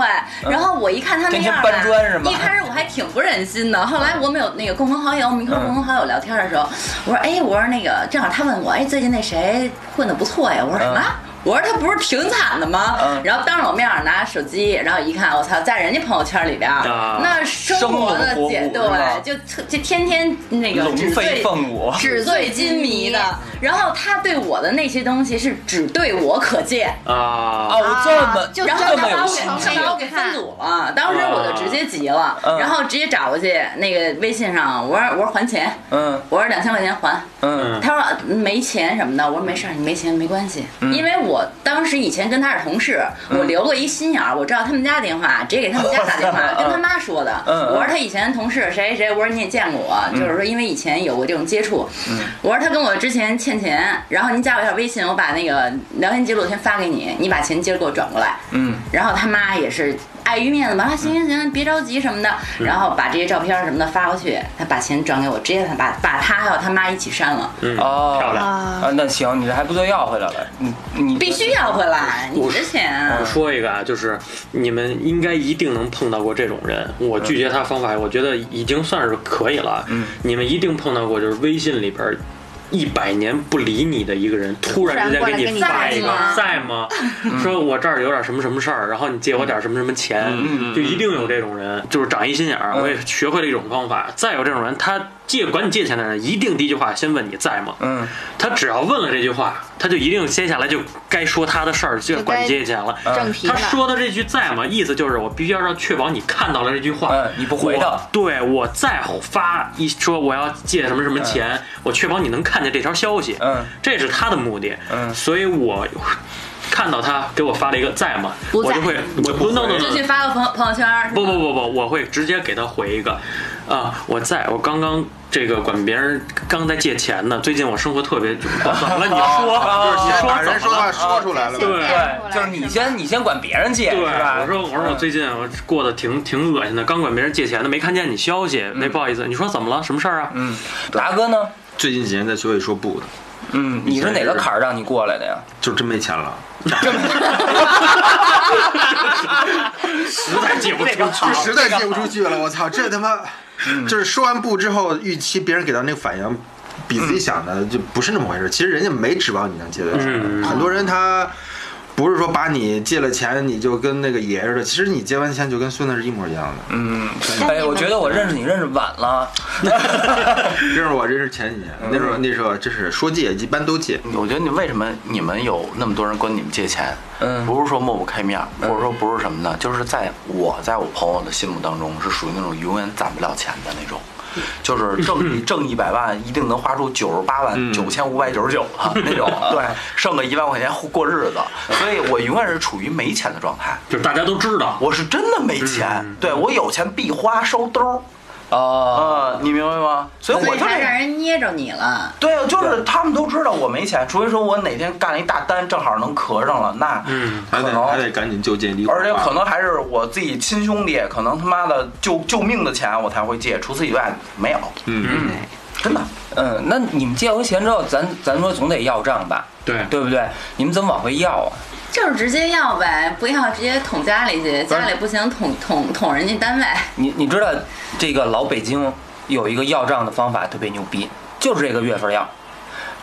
Speaker 4: 然后我一看他那样
Speaker 1: 天
Speaker 4: 吧，
Speaker 1: 天搬砖是吗
Speaker 4: 一开始我还挺不忍心的，后来我们有那个共同好友，我们一块儿共同好友聊天的时候，我说哎，我说那个正好他问我，哎，最近那谁混的不错呀？我说什么？我说他不是挺惨的吗？
Speaker 1: 嗯
Speaker 4: 然后当着我面儿拿手机，然后一看，我操，在人家朋友圈里边儿，
Speaker 5: 啊
Speaker 4: 那生活的
Speaker 1: 生活的
Speaker 4: 姐
Speaker 1: 活物是吧
Speaker 4: 对，就特就天天那个啊
Speaker 1: 龙
Speaker 4: 纸
Speaker 1: 飞
Speaker 4: 醉
Speaker 1: 凤舞，
Speaker 4: 纸醉金迷的。然后他对我的那些东西是只对我可见，
Speaker 5: 啊
Speaker 1: 哦，这么
Speaker 6: 就
Speaker 4: 然后
Speaker 1: 这
Speaker 4: 他
Speaker 1: 么
Speaker 4: 把
Speaker 1: 有
Speaker 4: 我
Speaker 1: 戏
Speaker 6: 成
Speaker 4: 他
Speaker 1: 剧
Speaker 6: 为
Speaker 4: 把我给分组了，当时我就直接急了，
Speaker 1: 嗯
Speaker 4: 然后直接找过去那个微信上，我说我说还钱，
Speaker 1: 嗯
Speaker 4: 我说两千块钱还。
Speaker 1: 嗯
Speaker 4: 他说没钱什么的，我说没事儿，你没钱没关系，
Speaker 1: 嗯
Speaker 4: 因为我当时以前跟他是同事，我留过一心眼儿，我知道他们家电话，直接给他们家打 电话，跟他妈说的。
Speaker 1: 嗯嗯
Speaker 4: 我说他以前同事谁谁谁，我说你也见过我，就是说因为以前有过这种接触，
Speaker 1: 嗯
Speaker 4: 我说他跟我之前欠钱，然后您加我一下微信，我把那个聊天记录先发给你，你把钱今儿给我转过来。
Speaker 1: 嗯，
Speaker 4: 然后他妈也是碍于面子吧，啊行行行，别着急什么的，
Speaker 1: 嗯
Speaker 4: 然后把这些照片什么的发过去，他把钱转给我，直接他把把他还有他妈一起删了，
Speaker 5: 嗯，
Speaker 1: 哦
Speaker 5: 漂亮。
Speaker 6: 啊，
Speaker 1: 啊，那行，你这还不算要回来了，你你
Speaker 4: 必须要回来，你的钱啊
Speaker 5: 我。说一个啊，就是你们应该一定能碰到过这种人。我拒绝他方法，我觉得已经算是可以了。嗯，你们一定碰到过，就是微信里边儿一百年不理你的一个人，突然之间给
Speaker 6: 突然过来跟你
Speaker 5: 发一个
Speaker 4: 在吗
Speaker 5: 在吗？说我这儿有点什么什么事儿，然后你借我点什么什么钱，就一定有这种人，就是长一心眼儿。
Speaker 1: 嗯
Speaker 5: 我也学会了一种方法，再有这种人，他借管你借钱的人，一定第一句话先问你在吗？
Speaker 1: 嗯
Speaker 5: 他只要问了这句话，他就一定接下来就该说他的事儿，
Speaker 6: 就
Speaker 5: 就
Speaker 6: 该
Speaker 5: 管你借钱了。
Speaker 6: 正题
Speaker 5: 他
Speaker 6: 了。
Speaker 5: 说的这句在吗？意思就是我必须要让确保你看到了这句话，
Speaker 1: 嗯你不回的
Speaker 5: 我对我再发一说我要借什么什么钱，我确保你能看见这条消息，
Speaker 1: 哎嗯
Speaker 5: 这是他的目的，
Speaker 1: 嗯
Speaker 5: 所以我看到他给我发了一个在吗，
Speaker 6: 不在
Speaker 5: 我就会我不 no no
Speaker 4: 就
Speaker 5: no，
Speaker 4: 去发个朋朋友圈儿，
Speaker 5: 不不不不，我会直接给他回一个，啊，我在我刚刚这个管别人刚在借钱呢，最近我生活特别怎么了？你说，就是你说
Speaker 3: 把人
Speaker 5: 怎么
Speaker 3: 说
Speaker 5: 了？
Speaker 3: 话
Speaker 5: 啊
Speaker 3: 说出来了吧，
Speaker 5: 对
Speaker 1: 对，就是你先你先管别人借
Speaker 5: 对，
Speaker 1: 是吧？
Speaker 5: 我说我说我最近啊我过得挺挺恶心的，刚管别人借钱的，没看见你消息，那不好意思，你说怎么了？什么事儿啊？
Speaker 1: 嗯，达哥呢？
Speaker 3: 最近几年在学会说不的，
Speaker 1: 嗯，你是哪个坎儿让你过来的呀？
Speaker 3: 就真没钱了。
Speaker 5: 实在借 不出去
Speaker 3: 就实在借不出去了，我操，这他妈，就是说完不之后，预期别人给到那个反应，比自己想的就不是那么回事。其实人家没指望你能借得
Speaker 5: 嗯
Speaker 3: 上，很多人他。不是说把你借了钱你就跟那个爷似的，其实你借完钱就跟孙子是一模一样的。
Speaker 1: 嗯，
Speaker 6: 那你
Speaker 1: 哎，
Speaker 6: 们
Speaker 1: 我觉得我认识你认识晚了。
Speaker 3: 这是我认识前几年，那时候那时候真是说借一般都借，
Speaker 2: 我觉得你为什么你们有那么多人管你们借钱？
Speaker 1: 嗯
Speaker 2: 不是说抹不开面儿，或
Speaker 4: 嗯
Speaker 2: 者说不是什么呢？就是在我在我朋友的心目当中，是属于那种永远攒不了钱的那种，
Speaker 4: 嗯
Speaker 2: 就是挣挣一百万，一定能花出九十八万九千五百九十九啊那种，对，剩个一万块钱过日子，所以我永远是处于没钱的状态。
Speaker 5: 就是大家都知道，
Speaker 2: 我是真的没钱，对我有钱必花收兜儿
Speaker 1: 哦，
Speaker 2: 啊、你明白吗？所以我
Speaker 4: 嗯所以
Speaker 2: 就
Speaker 4: 他
Speaker 2: 是
Speaker 4: 让人捏着你了。
Speaker 2: 对啊，就是他们都知道我没钱，除非说我哪天干了一大单，正好能咳上了，那
Speaker 5: 嗯
Speaker 3: 还
Speaker 2: 可
Speaker 3: 得
Speaker 2: 能，
Speaker 3: 还得赶紧就近离婚吧。
Speaker 2: 而且可能还是我自己亲兄弟，可能他妈的救救命的钱我才会借，除此以外没有，
Speaker 3: 嗯，
Speaker 2: 真的。
Speaker 1: 嗯，那你们借回钱之后，咱咱说总得要账吧？
Speaker 5: 对
Speaker 1: 对不对？你们怎么往回要啊？
Speaker 4: 就是直接要呗，不要直接捅家里去，家里不行捅捅捅人家单位。
Speaker 1: 你你知道这个老北京有一个要账的方法特别牛逼，就是这个月份要。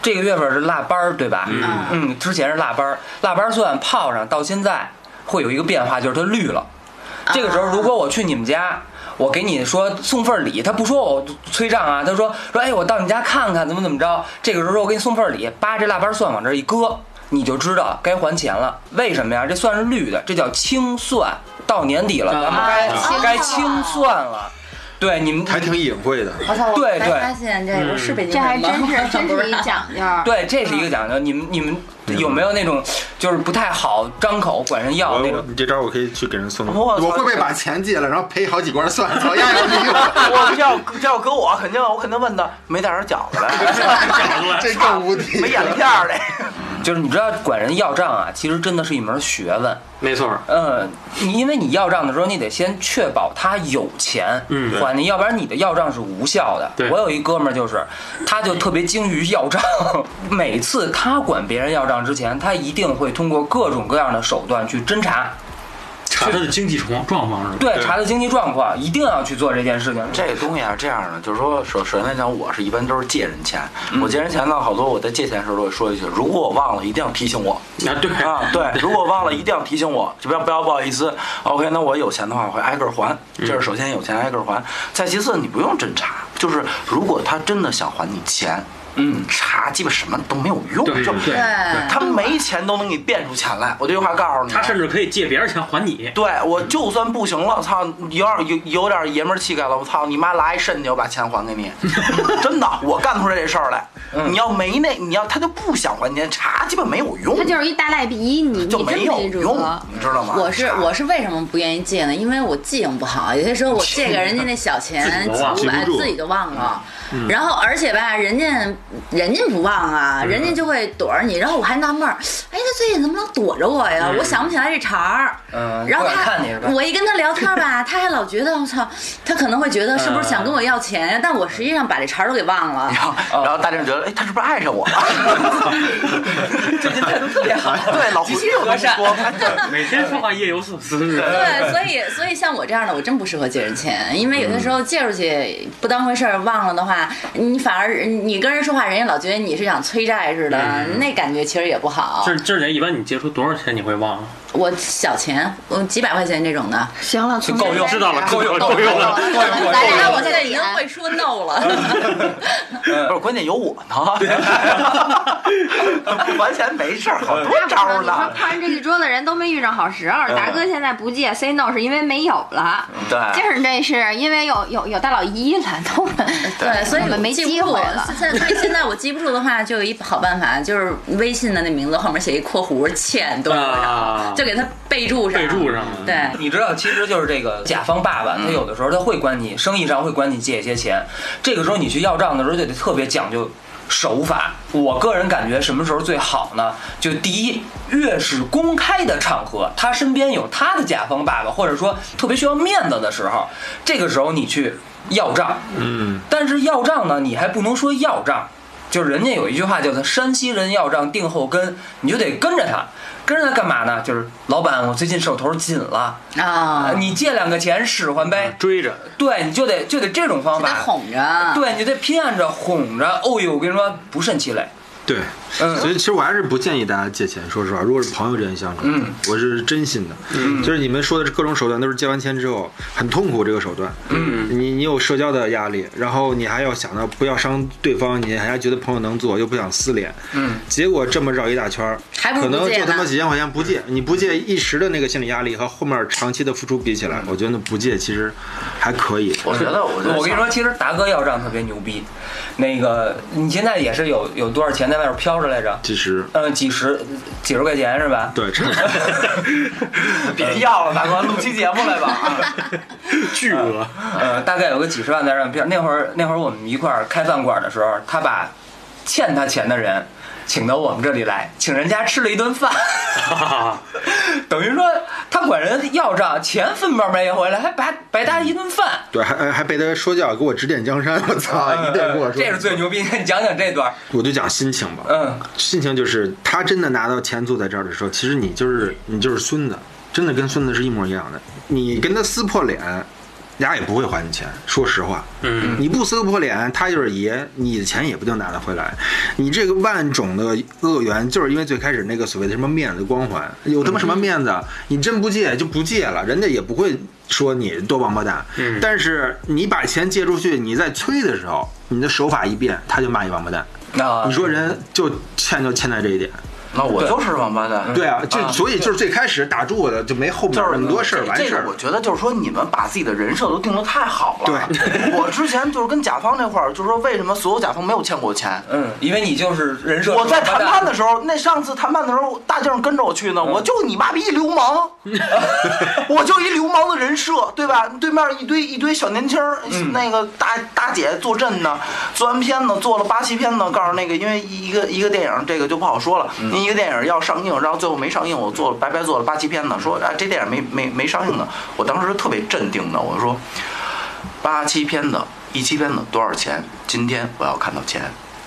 Speaker 1: 这个月份是腊八儿，对吧？
Speaker 4: 嗯
Speaker 1: 嗯，之前是腊八儿，腊八儿蒜泡上到现在会有一个变化，就是它绿了。这个时候，如果我去你们家，我给你说送份儿礼，他不说我催账啊，他说说哎，我到你家看看怎么怎么着。这个时候我给你送份儿礼，扒这腊八蒜往这儿一搁，你就知道该还钱了。为什么呀？这蒜是绿的，这叫清蒜。到年底了，咱们该、
Speaker 6: 啊
Speaker 1: 该清蒜了。对，你们
Speaker 3: 还挺隐晦的。
Speaker 6: 我操，我
Speaker 1: 对
Speaker 4: 才
Speaker 1: 对
Speaker 4: 发现这个是北京
Speaker 6: 这还
Speaker 4: 人吗？
Speaker 6: 真是真
Speaker 4: 不
Speaker 6: 是
Speaker 4: 知
Speaker 6: 一
Speaker 4: 道
Speaker 6: 讲究儿。
Speaker 1: 对，这是一个讲究。你们你们有没有那种就是不太好张口管人要
Speaker 3: 我
Speaker 1: 那种
Speaker 3: 我？你这招我可以去给人送，
Speaker 2: 我操
Speaker 3: 我会不会把钱借了，然后赔好几罐蒜？操，压压惊，
Speaker 2: 我这要这要搁我，肯定我肯定问他没带点饺子来，
Speaker 3: 这更无敌。
Speaker 2: 没眼力片儿嘞。
Speaker 1: 就是你知道管人要账啊，其实真的是一门学问。
Speaker 5: 没错儿，
Speaker 1: 嗯，你因为你要账的时候，你得先确保他有钱，
Speaker 5: 嗯对
Speaker 1: 还你，要不然你的要账是无效的。
Speaker 5: 对
Speaker 1: 我有一哥们儿就是，他就特别精于要账，每次他管别人要账之前，他一定会通过各种各样的手段去侦查。
Speaker 5: 查他的经济状状况是吧？
Speaker 1: 对，查他经济状况，一定要去做这件事情。
Speaker 2: 这个东西啊，这样的就是说，首首先来讲，我是一般都是借人钱，我借人钱呢，好多我在借钱的时候都会说一句，如果我忘了，一定要提醒我。
Speaker 5: 啊，对
Speaker 2: 啊， 对，如果忘了，一定要提醒我，就不要不要不好意思。OK，那我有钱的话，我会挨个儿还。
Speaker 5: 嗯
Speaker 2: 这是首先有钱挨个儿还，再其次你不用真查，就是如果他真的想还你钱，
Speaker 1: 嗯，
Speaker 2: 查鸡巴什么都没有用，
Speaker 5: 对
Speaker 2: 就
Speaker 5: 对
Speaker 4: 对，
Speaker 2: 他没钱都能给你变出钱来。我这句话告诉你，啊
Speaker 5: 他甚至可以借别人钱还你。
Speaker 2: 对我就算不行了，操，有点有有点爷们儿气概了，我操你妈拉一肾去，我把钱还给你， 真的，我干出来这事儿来。嗯你要没那，你要他就不想还钱，查基本没有用，
Speaker 6: 他就是一大赖皮，你你
Speaker 2: 就
Speaker 6: 真
Speaker 2: 没有
Speaker 6: 没辙。
Speaker 2: 用，
Speaker 1: 啊
Speaker 2: 你知道吗？
Speaker 4: 我是
Speaker 2: 查
Speaker 4: 我是为什么不愿意借呢？因为我记性不好，有些时候我借给人家那小钱几
Speaker 5: 自己都忘
Speaker 4: 五百
Speaker 5: 记不住嗯
Speaker 4: 自己就忘了，嗯然后而且吧，人家人家不忘啊，
Speaker 5: 嗯
Speaker 4: 人家就会躲着你，然后我还纳闷儿，哎，他最近怎么老躲着我
Speaker 5: 嗯
Speaker 4: 呀？我想不起来这茬儿。
Speaker 1: 嗯
Speaker 4: 然后
Speaker 1: 不敢
Speaker 4: 他
Speaker 1: 看你是吧
Speaker 4: 我一跟他聊天吧，他还老觉得我操，他可能会觉得是不是想跟我要钱呀？但我实际上把这茬儿都给忘了。
Speaker 5: 嗯
Speaker 2: 然后，然后大家就觉得，哎，他是不是爱上我了？
Speaker 1: 最近态度特别好，
Speaker 2: 对，老胡
Speaker 1: 极其和善
Speaker 2: 说，他 就
Speaker 5: 每天说话夜游四思，是吧
Speaker 4: 对，所以所以像我这样的，我真不适合借人钱，因为有些时候借出去不当回事儿，忘了的话，你反而你跟人说话，人家老觉得你是想催债似
Speaker 5: 嗯
Speaker 4: 的，那感觉其实也不好
Speaker 5: 这。这姐一般你借出多少钱你会忘了？
Speaker 4: 我小钱，我几百块钱这
Speaker 6: 嗯
Speaker 4: 种的，
Speaker 6: 行了，从
Speaker 1: 够
Speaker 6: 现
Speaker 1: 用，
Speaker 6: 在
Speaker 5: 知道了
Speaker 6: 开始啊
Speaker 5: 够用够用了
Speaker 1: 够用，
Speaker 4: 咱
Speaker 6: 咱俩
Speaker 4: 俩
Speaker 6: 我
Speaker 4: 我
Speaker 6: 现
Speaker 4: 现
Speaker 6: 在
Speaker 4: 在
Speaker 6: 已
Speaker 4: 已
Speaker 6: 经
Speaker 4: 经
Speaker 6: 会
Speaker 4: 会说 no 了。
Speaker 2: 不是关键有我 呢，还钱没事儿，好多招儿
Speaker 6: 啊你说
Speaker 2: 呢。
Speaker 6: 看完这一桌子人都没遇上好时候，达哥现在不借 say no 是因为没有了，
Speaker 2: 对
Speaker 6: 今，儿这是因为有有有大老姨了，都
Speaker 4: 对，所以
Speaker 6: 我们没
Speaker 4: 记
Speaker 6: 机
Speaker 4: 不住
Speaker 6: 会了。
Speaker 4: 现在所以现在我记不住的话，就有一好办法，就是微信的那名字后面写一括弧欠多少多
Speaker 5: 啊
Speaker 4: 少，就给它备注上。
Speaker 5: 备注上了
Speaker 4: 对，
Speaker 1: 你知道，其实就是这个甲方爸爸，他有的时候他会管你生意上会管你借一些钱，这个时候你去要账的时候就得特别讲究。手法，我个人感觉什么时候最好呢？就第一，越是公开的场合，他身边有他的甲方爸爸，或者说特别需要面子的时候，这个时候你去要账，
Speaker 3: 嗯，
Speaker 1: 但是要账呢，你还不能说要账，就是人家有一句话叫做“山西人要账定后跟”，你就得跟着他，跟着他干嘛呢？就是老板，我最近手头紧了，
Speaker 4: 啊，
Speaker 5: 嗯
Speaker 1: 你借两个钱使唤呗。
Speaker 5: 追着
Speaker 1: 对，你就得就得这种方
Speaker 4: 得
Speaker 1: 法，
Speaker 4: 哄啊着。
Speaker 1: 对，你就得骗着哄着。哦呦，我跟你说，不胜其累。
Speaker 3: 对，
Speaker 1: 嗯
Speaker 3: 所以其实我还是不建议大家借钱。说实话，如果是朋友之间相处，
Speaker 1: 嗯
Speaker 3: 我是真心的。嗯，就是你们说的各种手段，都是借完钱之后很痛苦这个手段。嗯，你你有社交的压力，然后你还要想到不要伤对方，你还觉得朋友能做，又不想撕脸。
Speaker 1: 嗯，
Speaker 3: 结果这么绕一大圈儿，
Speaker 4: 还不如
Speaker 3: 可能
Speaker 4: 不借
Speaker 3: 就他妈
Speaker 4: 呢
Speaker 3: 几千块钱不借，你不借一时的那个心理压力和后面长期的付出比起来，我觉得不借其实还可以。
Speaker 2: 我觉得，我觉得，
Speaker 1: 我跟你说，，其实达哥要账特别牛逼。那个，你现在也是有有多少钱在外边飘着来着？
Speaker 3: 其实
Speaker 1: 嗯，几十几十块钱是吧？
Speaker 3: 对，差不多。
Speaker 2: 别要了，大哥，录期节目来 吧。
Speaker 5: 巨额，
Speaker 1: 呃，大概有个几十万在让骗。那会儿那会儿我们一块儿开饭馆的时候，他把欠他钱的人请到我们这里来，请人家吃了一顿饭， 等于说他管人要账，钱分包没要回来，还白白搭一顿饭。
Speaker 3: 对，还哎还还被他说教，给我指点江山，我操！一顿哎跟我说，
Speaker 1: 呃这是最牛逼，你讲讲这段儿。
Speaker 3: 我就讲心情吧，
Speaker 1: 嗯，
Speaker 3: 心情就是他真的拿到钱坐在这儿的时候，其实你就是你就是孙子，真的跟孙子是一模一样的。你跟他撕破脸，人家也不会还你钱。说实话，
Speaker 5: 嗯，
Speaker 3: 你不撕破脸，他就是爷，你的钱也不一定拿得回来。你这个万种的恶缘，就是因为最开始那个所谓的什么面子光环，有他妈什么面子啊？你真不借就不借了，人家也不会说你多王八蛋。
Speaker 5: 嗯
Speaker 3: 但是你把钱借出去，你在催的时候，你的手法一变，他就骂你王八蛋。
Speaker 1: 啊，
Speaker 3: 你说人就欠就欠在这一点，
Speaker 2: 那我就是王八
Speaker 1: 嗯
Speaker 2: 蛋。
Speaker 3: 对啊，
Speaker 2: 啊
Speaker 3: 就所以就是最开始打住我的，就没后面
Speaker 2: 就是
Speaker 3: 那么多事儿
Speaker 2: 这
Speaker 3: 完事
Speaker 2: 这
Speaker 3: 儿
Speaker 2: 个。我觉得就是说，你们把自己的人设都定得太好了。
Speaker 3: 对，
Speaker 2: 我之前就是跟甲方那块儿，就是说为什么所有甲方没有欠过我钱。
Speaker 1: 嗯，因为你就是人设。
Speaker 2: 我在谈判的时候，那上次谈判的时候，大静跟着我去呢，我就你妈逼一流氓，我就一流氓的人设，对吧？对面一堆一堆小年轻儿，那个大大姐坐镇呢，做完片子做了八七片子，告诉那个，因为一个一个电影这个就不好说了，因为一个电影要上映，然后最后没上映，我做了白白做了八七片子，说啊这电影没没没上映呢，我当时特别镇定的，我说八七片子，一期片子多少钱？今天我要看到钱。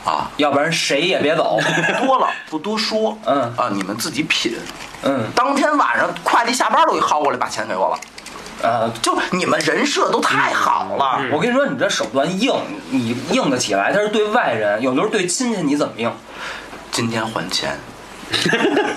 Speaker 2: 啊，
Speaker 1: 要不然谁也别走。
Speaker 2: 不多了不多说，
Speaker 1: 嗯
Speaker 2: 啊，你们自己品。
Speaker 1: 嗯
Speaker 2: 当天晚上快递下班都给薅过来，把钱给我了。
Speaker 1: 啊，
Speaker 2: 就你们人设都太好了，
Speaker 1: 我嗯跟你说，你这手段硬，你硬得起来，但是对外人，有时候对亲戚你怎么硬，
Speaker 2: 今天还钱，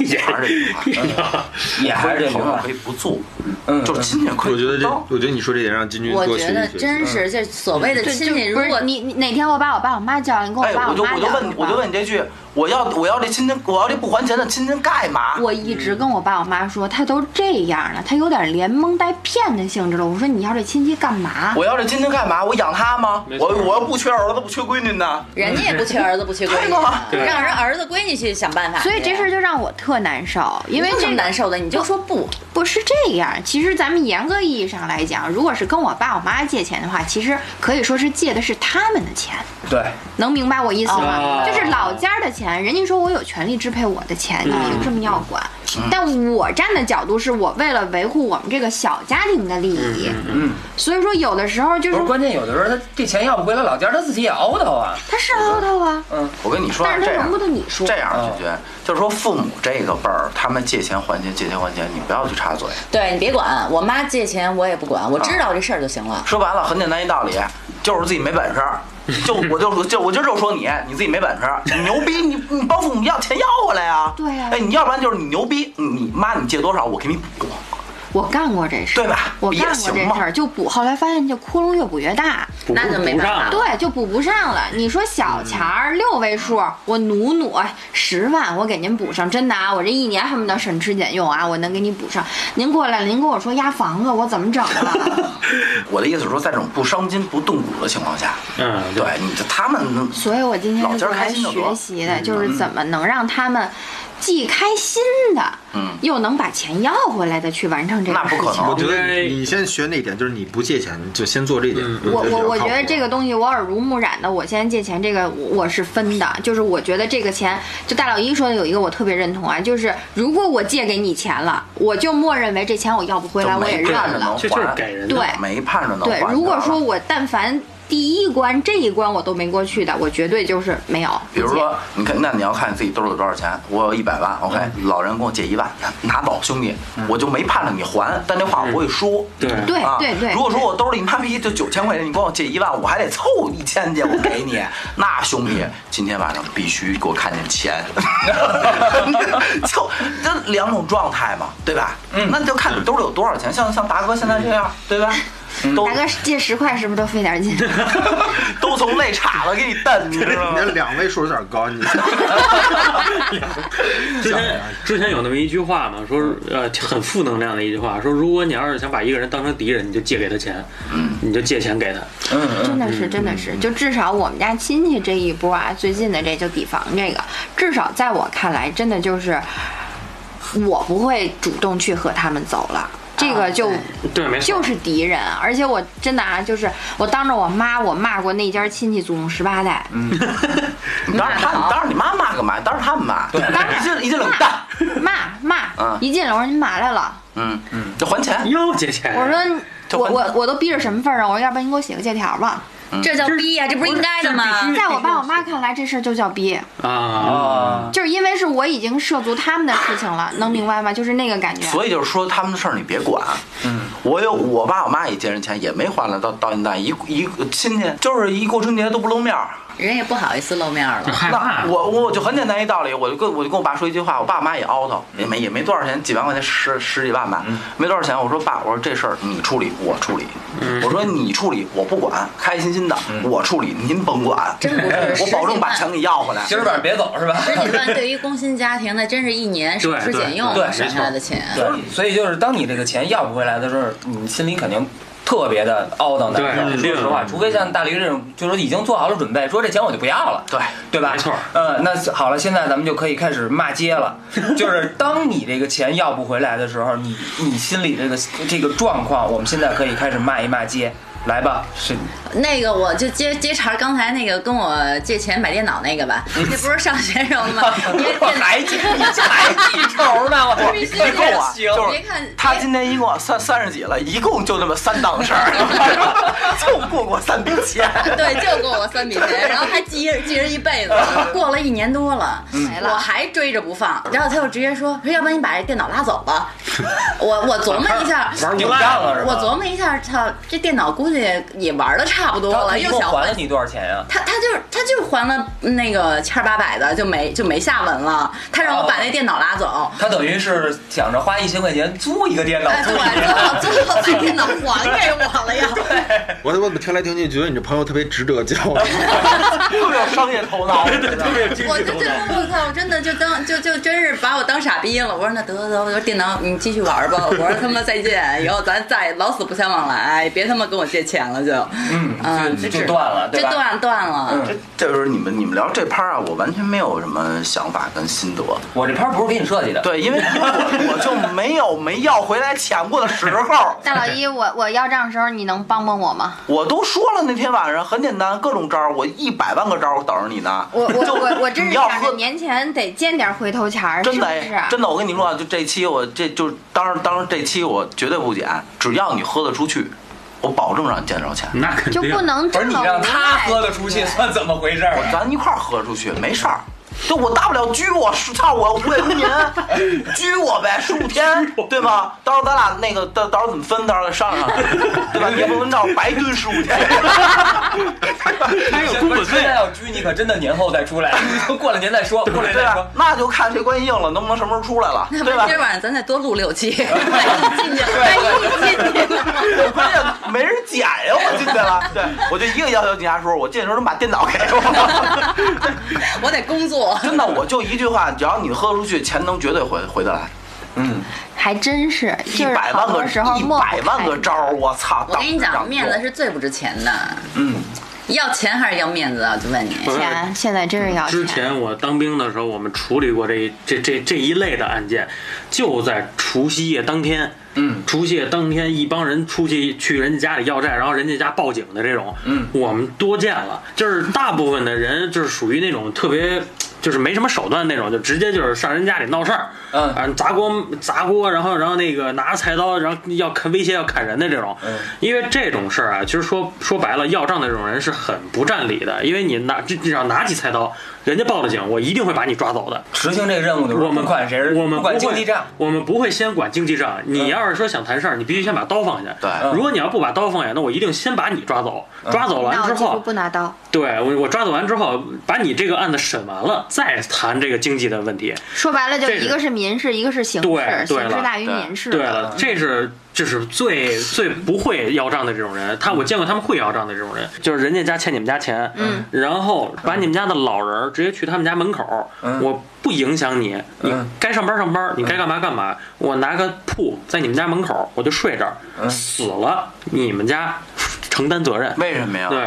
Speaker 5: 也
Speaker 2: 还是这句话，
Speaker 1: 也还是啊这句
Speaker 2: 朋友
Speaker 1: 话
Speaker 2: 啊可。以不做，
Speaker 1: 嗯，
Speaker 2: 就是亲戚可以
Speaker 3: 我觉得
Speaker 2: 不
Speaker 3: 这
Speaker 2: 当，
Speaker 3: 我觉得你说这点让金军
Speaker 4: 我
Speaker 3: 多学
Speaker 4: 觉得
Speaker 3: 习学习。
Speaker 4: 真是，
Speaker 1: 嗯
Speaker 4: 这所谓的
Speaker 6: 嗯对，
Speaker 4: 亲戚，
Speaker 6: 就
Speaker 4: 如
Speaker 6: 不是
Speaker 4: 果
Speaker 6: 你你哪天我把我爸我妈叫，你跟
Speaker 2: 哎，
Speaker 6: 我爸
Speaker 2: 我就
Speaker 6: 妈
Speaker 2: 我就
Speaker 6: 聊
Speaker 2: 问你，我就
Speaker 6: 吧
Speaker 2: 问你这句，我要我要这亲戚，我要这不还钱的亲戚干嘛？
Speaker 6: 我一直跟我爸我妈说，他都这样了，他有点连蒙带骗的性质了。我说你要这亲戚干嘛？
Speaker 2: 我要这亲戚干嘛？我养他吗？
Speaker 5: 没
Speaker 2: 我
Speaker 5: 错
Speaker 2: 我又不缺儿子，不缺闺女呢。
Speaker 4: 人家也不缺儿子，不 缺闺
Speaker 2: 对
Speaker 4: 女
Speaker 2: 吗，
Speaker 5: 对
Speaker 4: 让人儿子闺女去想办法去。
Speaker 6: 所以这事儿就让我特难受，因为
Speaker 4: 你有什
Speaker 6: 这
Speaker 4: 么
Speaker 6: 个
Speaker 4: 难受的，你就说不。
Speaker 6: 不是这样。其实咱们严格意义上来讲，如果是跟我爸我妈借钱的话，其实可以说是借的是他们的钱，
Speaker 1: 嗯对，
Speaker 6: 能明白我意思吗？
Speaker 5: 哦
Speaker 6: 就是老家的钱，人家说我有权利支配我的钱，你凭什么要管？
Speaker 2: 嗯
Speaker 6: 但我站的角度是我为了维护我们这个小家庭的利益，
Speaker 1: 嗯，
Speaker 6: 所以说有的时候就
Speaker 1: 不
Speaker 6: 是
Speaker 1: 是关键，有的时候他这钱要不回来老家，他自己也熬叨啊。
Speaker 6: 他是凹头啊，
Speaker 2: 我跟你说啊，
Speaker 6: 但是
Speaker 2: 这
Speaker 6: 他
Speaker 2: 样
Speaker 6: 轮不到你说
Speaker 2: 这。样，
Speaker 1: 嗯
Speaker 2: 君君，就是说父母这个辈儿，他们借钱还钱，借钱还钱，你不要去插嘴。
Speaker 4: 对你别管，我妈借钱我也不管，我知道这事儿就行了。
Speaker 2: 说白了，很简单一道理，就是自己没本事。就我 就就我就就说你，你自己没本事，你牛逼，你你帮父母要钱要回来啊。
Speaker 6: 对呀
Speaker 2: 哎，你要不然就是你牛逼，你你妈你借多少我给你补，
Speaker 6: 我干过这事，
Speaker 2: 对吧
Speaker 6: 我干
Speaker 2: 也
Speaker 6: 过
Speaker 2: 行
Speaker 6: 这
Speaker 2: 嘛
Speaker 6: 事儿，就补，后来发现这窟窿越补越大，
Speaker 5: 补
Speaker 4: 那就没
Speaker 5: 补
Speaker 4: 办
Speaker 5: 上
Speaker 2: 啊
Speaker 4: 法
Speaker 5: 了。
Speaker 6: 对，就补不上了。你说
Speaker 2: 嗯
Speaker 6: 小钱儿六位数，我努努哎十万，我给您补上，真的啊，我这一年恨不得省吃俭用啊，我能给你补上。您过来了，您跟我说压房子，我怎么整啊？
Speaker 2: 我的意思是说，在这种不伤筋不动骨的情况下，
Speaker 5: 嗯，对，
Speaker 2: 对，你就他们能
Speaker 6: 所以我今天
Speaker 2: 老
Speaker 6: 就
Speaker 2: 家
Speaker 6: 过
Speaker 2: 儿开
Speaker 6: 来
Speaker 2: 心就嗯
Speaker 6: 学
Speaker 2: 得
Speaker 6: 习的，就是怎么能让他们既开心的，
Speaker 2: 嗯
Speaker 6: 又能把钱要回来的去完成这
Speaker 2: 那
Speaker 6: 个
Speaker 2: 不
Speaker 6: 事
Speaker 2: 可
Speaker 6: 情。
Speaker 2: 能
Speaker 3: 我觉得
Speaker 5: 应该嗯
Speaker 3: 你你先学那一点，就是你不借钱，你就先做这一点。
Speaker 6: 我我我觉得这个
Speaker 3: 东
Speaker 6: 东西我耳濡目染的，我现在借钱这个我我是分的，就是我觉得这个钱，就大老一说的有一个我特别认同啊，就是如果我借给你钱了，我就默认为这钱我要不回来，
Speaker 2: 就
Speaker 6: 我
Speaker 2: 没
Speaker 6: 也认
Speaker 2: 盼着
Speaker 6: 了
Speaker 2: 能。
Speaker 5: 这就是
Speaker 2: 还
Speaker 5: 给人的
Speaker 6: 对
Speaker 2: 没盼着能
Speaker 6: 对
Speaker 2: 还，的啊
Speaker 6: 如果说我但凡第一关这一关我都没过去的，我绝对就是没有。
Speaker 2: 比如说，你看，那你要看自己兜里有多少钱。我有一百万，OK，老人跟我借一万，拿走，兄弟，我就没盼着你还，但这话我不会说。
Speaker 5: 对
Speaker 6: 对
Speaker 2: 啊
Speaker 6: 对对
Speaker 2: 如果说我兜里你妈逼就九千块钱，你管我借一万，我还得凑一千去，我给你。那兄弟，今天晚上必须给我看见钱。就这两种状态嘛，对吧？嗯，那就看你兜里有多少钱。像像达哥现在这样，对吧？都
Speaker 6: 大哥借十块是不是都费点劲？
Speaker 2: 都从肋岔子给你蹬，你知道
Speaker 3: 你
Speaker 2: 吗
Speaker 3: 那？两位数有点高， 你
Speaker 5: 之前之前有那么一句话嘛，说呃很负能量的一句话，说如果你要是想把一个人当成敌人，你就借给他钱，你就借钱给他。
Speaker 1: 嗯嗯
Speaker 6: 真的是，真的是，就至少我们家亲戚这一波啊，最近的这就底房这个，至少在我看来，真的就是我不会主动去和他们走了，这
Speaker 1: 啊
Speaker 6: 个就。
Speaker 4: 对
Speaker 5: 对，没错，
Speaker 6: 就是敌人，而且我真的啊，就是我当着我妈，我骂过那家亲戚祖宗十八代，
Speaker 1: 嗯
Speaker 2: 你当着他，你当着你妈骂干嘛？当着他们骂，一进一进冷淡。
Speaker 6: 骂骂
Speaker 1: 啊
Speaker 2: 嗯，
Speaker 6: 一进来我说你妈来了，
Speaker 2: 嗯嗯，就还钱。
Speaker 5: 又借钱。
Speaker 6: 我
Speaker 1: 哎
Speaker 6: 说
Speaker 2: 就
Speaker 6: 我
Speaker 2: 还
Speaker 6: 我我都逼着什么份儿啊上，我说要不然你给我写个借条吧，
Speaker 1: 嗯
Speaker 4: 这叫逼呀、这不是应该的吗？
Speaker 6: 在我爸我妈看来这事儿就叫逼，
Speaker 5: 啊，
Speaker 2: 嗯
Speaker 1: 啊，
Speaker 6: 就是因为是我已经涉足他们的事 情了，能明白吗？就是那个感觉。
Speaker 2: 所以就是说，他们的事儿你别管。嗯，我有我爸我妈也借人钱，也没还了，到到现在一一亲戚就是一过春节都不露面儿。
Speaker 4: 人也不好意思露面了。
Speaker 5: 害
Speaker 2: 那
Speaker 5: 怕。
Speaker 2: 我我就很简单一道理，我就跟我就跟我爸说一句话，我爸妈也凹头，也没也没多少钱，几万块钱十十几万吧，没多少钱。我说爸，我说这事儿你处理，我处理。我说你处理，我不管，开开心心的，我处理，您甭管。
Speaker 4: 真不是
Speaker 2: 我保证把
Speaker 4: 十几万
Speaker 2: 钱给要回来。
Speaker 1: 今儿晚上别走是 吧？
Speaker 4: 十几万对于工薪家庭，那真是一年省吃俭用啊
Speaker 1: 对对对
Speaker 4: 省下来的钱。
Speaker 1: 对，所以就是当你这个钱要不回来的时候，你心里肯定特别的懊恼
Speaker 5: 对
Speaker 1: 难受。说
Speaker 5: 肯定
Speaker 1: 实话，
Speaker 5: 嗯
Speaker 1: 除非像大驴这种，就是已经做好了准备，说这钱我就不要了，
Speaker 2: 对
Speaker 1: 对吧？
Speaker 5: 没错
Speaker 1: 呃，那好了，现在咱们就可以开始骂街 了。就是当你这个钱要不回来的时候，你你心里这个这个状况，我们现在可以开始骂一骂街。来吧，是你
Speaker 4: 那个我就接接茬儿刚才那个跟我借钱买电脑那 个吧，那不是上学时候吗？因为
Speaker 1: 啊我
Speaker 4: 电脑
Speaker 1: 还记还记仇呢，我
Speaker 4: 必须
Speaker 1: 这
Speaker 4: 得
Speaker 1: 够
Speaker 4: 啊
Speaker 1: 行。
Speaker 2: 就是
Speaker 4: 别看
Speaker 7: 他今天一共啊三三十几了，一共就那么三档事儿， 就过过三笔 钱。
Speaker 4: 对，就给我三笔钱，然后还记着记着一辈子。 嗯过了一年多了，
Speaker 6: 没了
Speaker 4: 我还追着不放，然后他就直接说：“说要不然你把这电脑拉走 吧。我”我琢磨一下，
Speaker 1: 玩顶账了是吧？
Speaker 4: 我琢磨一下，操，这电脑估计也玩的差不多
Speaker 1: 他
Speaker 4: 了，
Speaker 1: 一
Speaker 4: 又
Speaker 1: 共
Speaker 4: 想
Speaker 1: 还
Speaker 4: 换
Speaker 1: 了你多少钱呀？
Speaker 4: 他他就他就还了那个千儿八百的，就没就没下文了。他让我把那电脑拉走，
Speaker 1: 他等于是想着花一千块钱租一个电脑，
Speaker 4: 哎，
Speaker 1: 租
Speaker 4: 对，
Speaker 1: 一个
Speaker 4: 最后最后把电脑还给我 了呀。
Speaker 3: 我我怎么听来听去觉得你这朋友特别值得交？
Speaker 7: 特 别有商业头脑，对对对，
Speaker 4: 我就最后我操，我真的就当就就真是把我当傻逼了。我说那得得得，我说电脑你继续玩吧。我说他妈再见，以后咱再老死不相往来，别他妈跟我借钱了就。
Speaker 1: 嗯
Speaker 4: 嗯，
Speaker 1: 就
Speaker 4: 这
Speaker 1: 就断了，
Speaker 4: 这
Speaker 1: 对吧？
Speaker 4: 断断了。
Speaker 1: 嗯，
Speaker 2: 这就是你们你们聊这趴啊，我完全没有什么想法跟心得。
Speaker 1: 我这拍不是给你设计的，
Speaker 7: 对，因为我我就没有没要回来钱过的时候，
Speaker 6: 大老一，我我要账的时候，你能帮帮我吗？
Speaker 7: 我都说了那天晚上很简单，各种招儿，我一百万个招儿等着你呢。
Speaker 6: 我我我我真是
Speaker 7: 你要
Speaker 6: 想
Speaker 7: 喝
Speaker 6: 着年前得见点回头钱儿，是
Speaker 7: 真
Speaker 6: 不
Speaker 7: 的
Speaker 6: 是？
Speaker 7: 哎，真的，我跟你说啊，就这期我这就当然当然这期我绝对不减，只要你喝得出去，我保证让你见着钱。
Speaker 3: 那肯
Speaker 6: 就不能
Speaker 1: 不
Speaker 6: 这
Speaker 1: 是
Speaker 6: 么
Speaker 1: 你让他喝得出去
Speaker 6: 无赖
Speaker 1: 算怎么回事儿？
Speaker 7: 咱一块儿喝出去，没事儿。就我大不了拘我，是操我无业游民，拘我呗，十五天，对吗？到时候咱俩那个到到时候怎么分，到时候再商量，对吧？你也不能让我白蹲十五天。
Speaker 5: 还有工
Speaker 1: 不是
Speaker 5: 本
Speaker 1: 现
Speaker 5: 费
Speaker 1: 在，要拘你，可真的年后再出来， 啊过了年再说，过了年
Speaker 7: 对
Speaker 1: 再
Speaker 7: 吧
Speaker 1: 说。？
Speaker 7: 那就看这关系硬了，能不能什么时候出来了，
Speaker 4: 那
Speaker 7: 对吧
Speaker 4: 今？儿晚上咱再多录六期，万一进去，万一进去。
Speaker 7: 关键没人捡呀，我进去了。对，我就一个要求警察叔，我进去的时候能把电脑给我。
Speaker 4: 我得工作。
Speaker 7: 真的，我就一句话，只要你喝出去，钱能绝对回回得来。
Speaker 6: 还真是，
Speaker 7: 一
Speaker 6: 就是
Speaker 7: 百
Speaker 6: 好
Speaker 7: 万
Speaker 6: 多
Speaker 7: 个
Speaker 6: 时候
Speaker 7: 一
Speaker 6: 抹不
Speaker 7: 百万个
Speaker 6: 开
Speaker 7: 招儿，我操！
Speaker 4: 我跟你
Speaker 7: 挡
Speaker 4: 讲，
Speaker 7: 着
Speaker 4: 面子是最不值钱的。
Speaker 1: 嗯，
Speaker 4: 要钱还是要面子啊？就问你。
Speaker 6: 钱，现在真是要
Speaker 5: 之前我当兵的时候，我们处理过这这这这一类的案件，就在除夕夜当天。
Speaker 1: 嗯，
Speaker 5: 除夕夜当天，一帮人出去去人家家里要债，然后人家家报警的这种，
Speaker 1: 嗯，
Speaker 5: 我们多见了。就是大部分的人就是属于那种特别，就是没什么手段那种，就直接就是上人家里闹事儿，
Speaker 1: 嗯
Speaker 5: 啊，砸锅砸锅，然后然后那个拿菜刀，然后要砍威胁要砍人的这种，
Speaker 1: 嗯
Speaker 5: 因为这种事儿啊，其实说说白了，要账的这种人是很不占理的，因为你拿只只要拿起菜刀，人家报了警，我一定会把你抓走的。
Speaker 1: 执行这个任务的时候，
Speaker 5: 我们
Speaker 1: 不管谁是，
Speaker 5: 我们
Speaker 1: 不管
Speaker 5: 会
Speaker 1: 经济账，，嗯
Speaker 5: 我们不会先管经济账。你要是说想谈事儿，你必须先把刀放下。
Speaker 2: 对
Speaker 5: 如果你要不把刀放下，那我一定先把你抓走。
Speaker 1: 嗯
Speaker 5: 抓走完
Speaker 6: 那
Speaker 5: 之
Speaker 6: 我记住
Speaker 5: 后，
Speaker 6: 不拿刀，
Speaker 5: 对我我抓走完之后，把你这个案子审完了，再谈这个经济的问题。
Speaker 6: 说白了就
Speaker 5: 这是
Speaker 6: 一个是民事，一个是刑
Speaker 5: 对
Speaker 6: 事，
Speaker 5: 对
Speaker 6: 刑
Speaker 5: 了
Speaker 6: 事大于
Speaker 2: 对
Speaker 6: 民事。
Speaker 5: 对了，这是
Speaker 1: 嗯
Speaker 5: 这是最最不会要账的这种人。他
Speaker 1: 嗯
Speaker 5: 我见过他们会要账的这种人，就是人家家欠你们家钱，
Speaker 6: 嗯，
Speaker 5: 然后把你们家的老人儿直接去他们家门口儿，
Speaker 1: 嗯
Speaker 5: 我不影响你，你
Speaker 1: 嗯
Speaker 5: 该上班上班，你该干嘛干嘛，我拿个铺在你们家门口儿，我就睡这儿，
Speaker 1: 嗯
Speaker 5: 死了你们家 承担责任，
Speaker 2: 为什么呀？
Speaker 5: 对。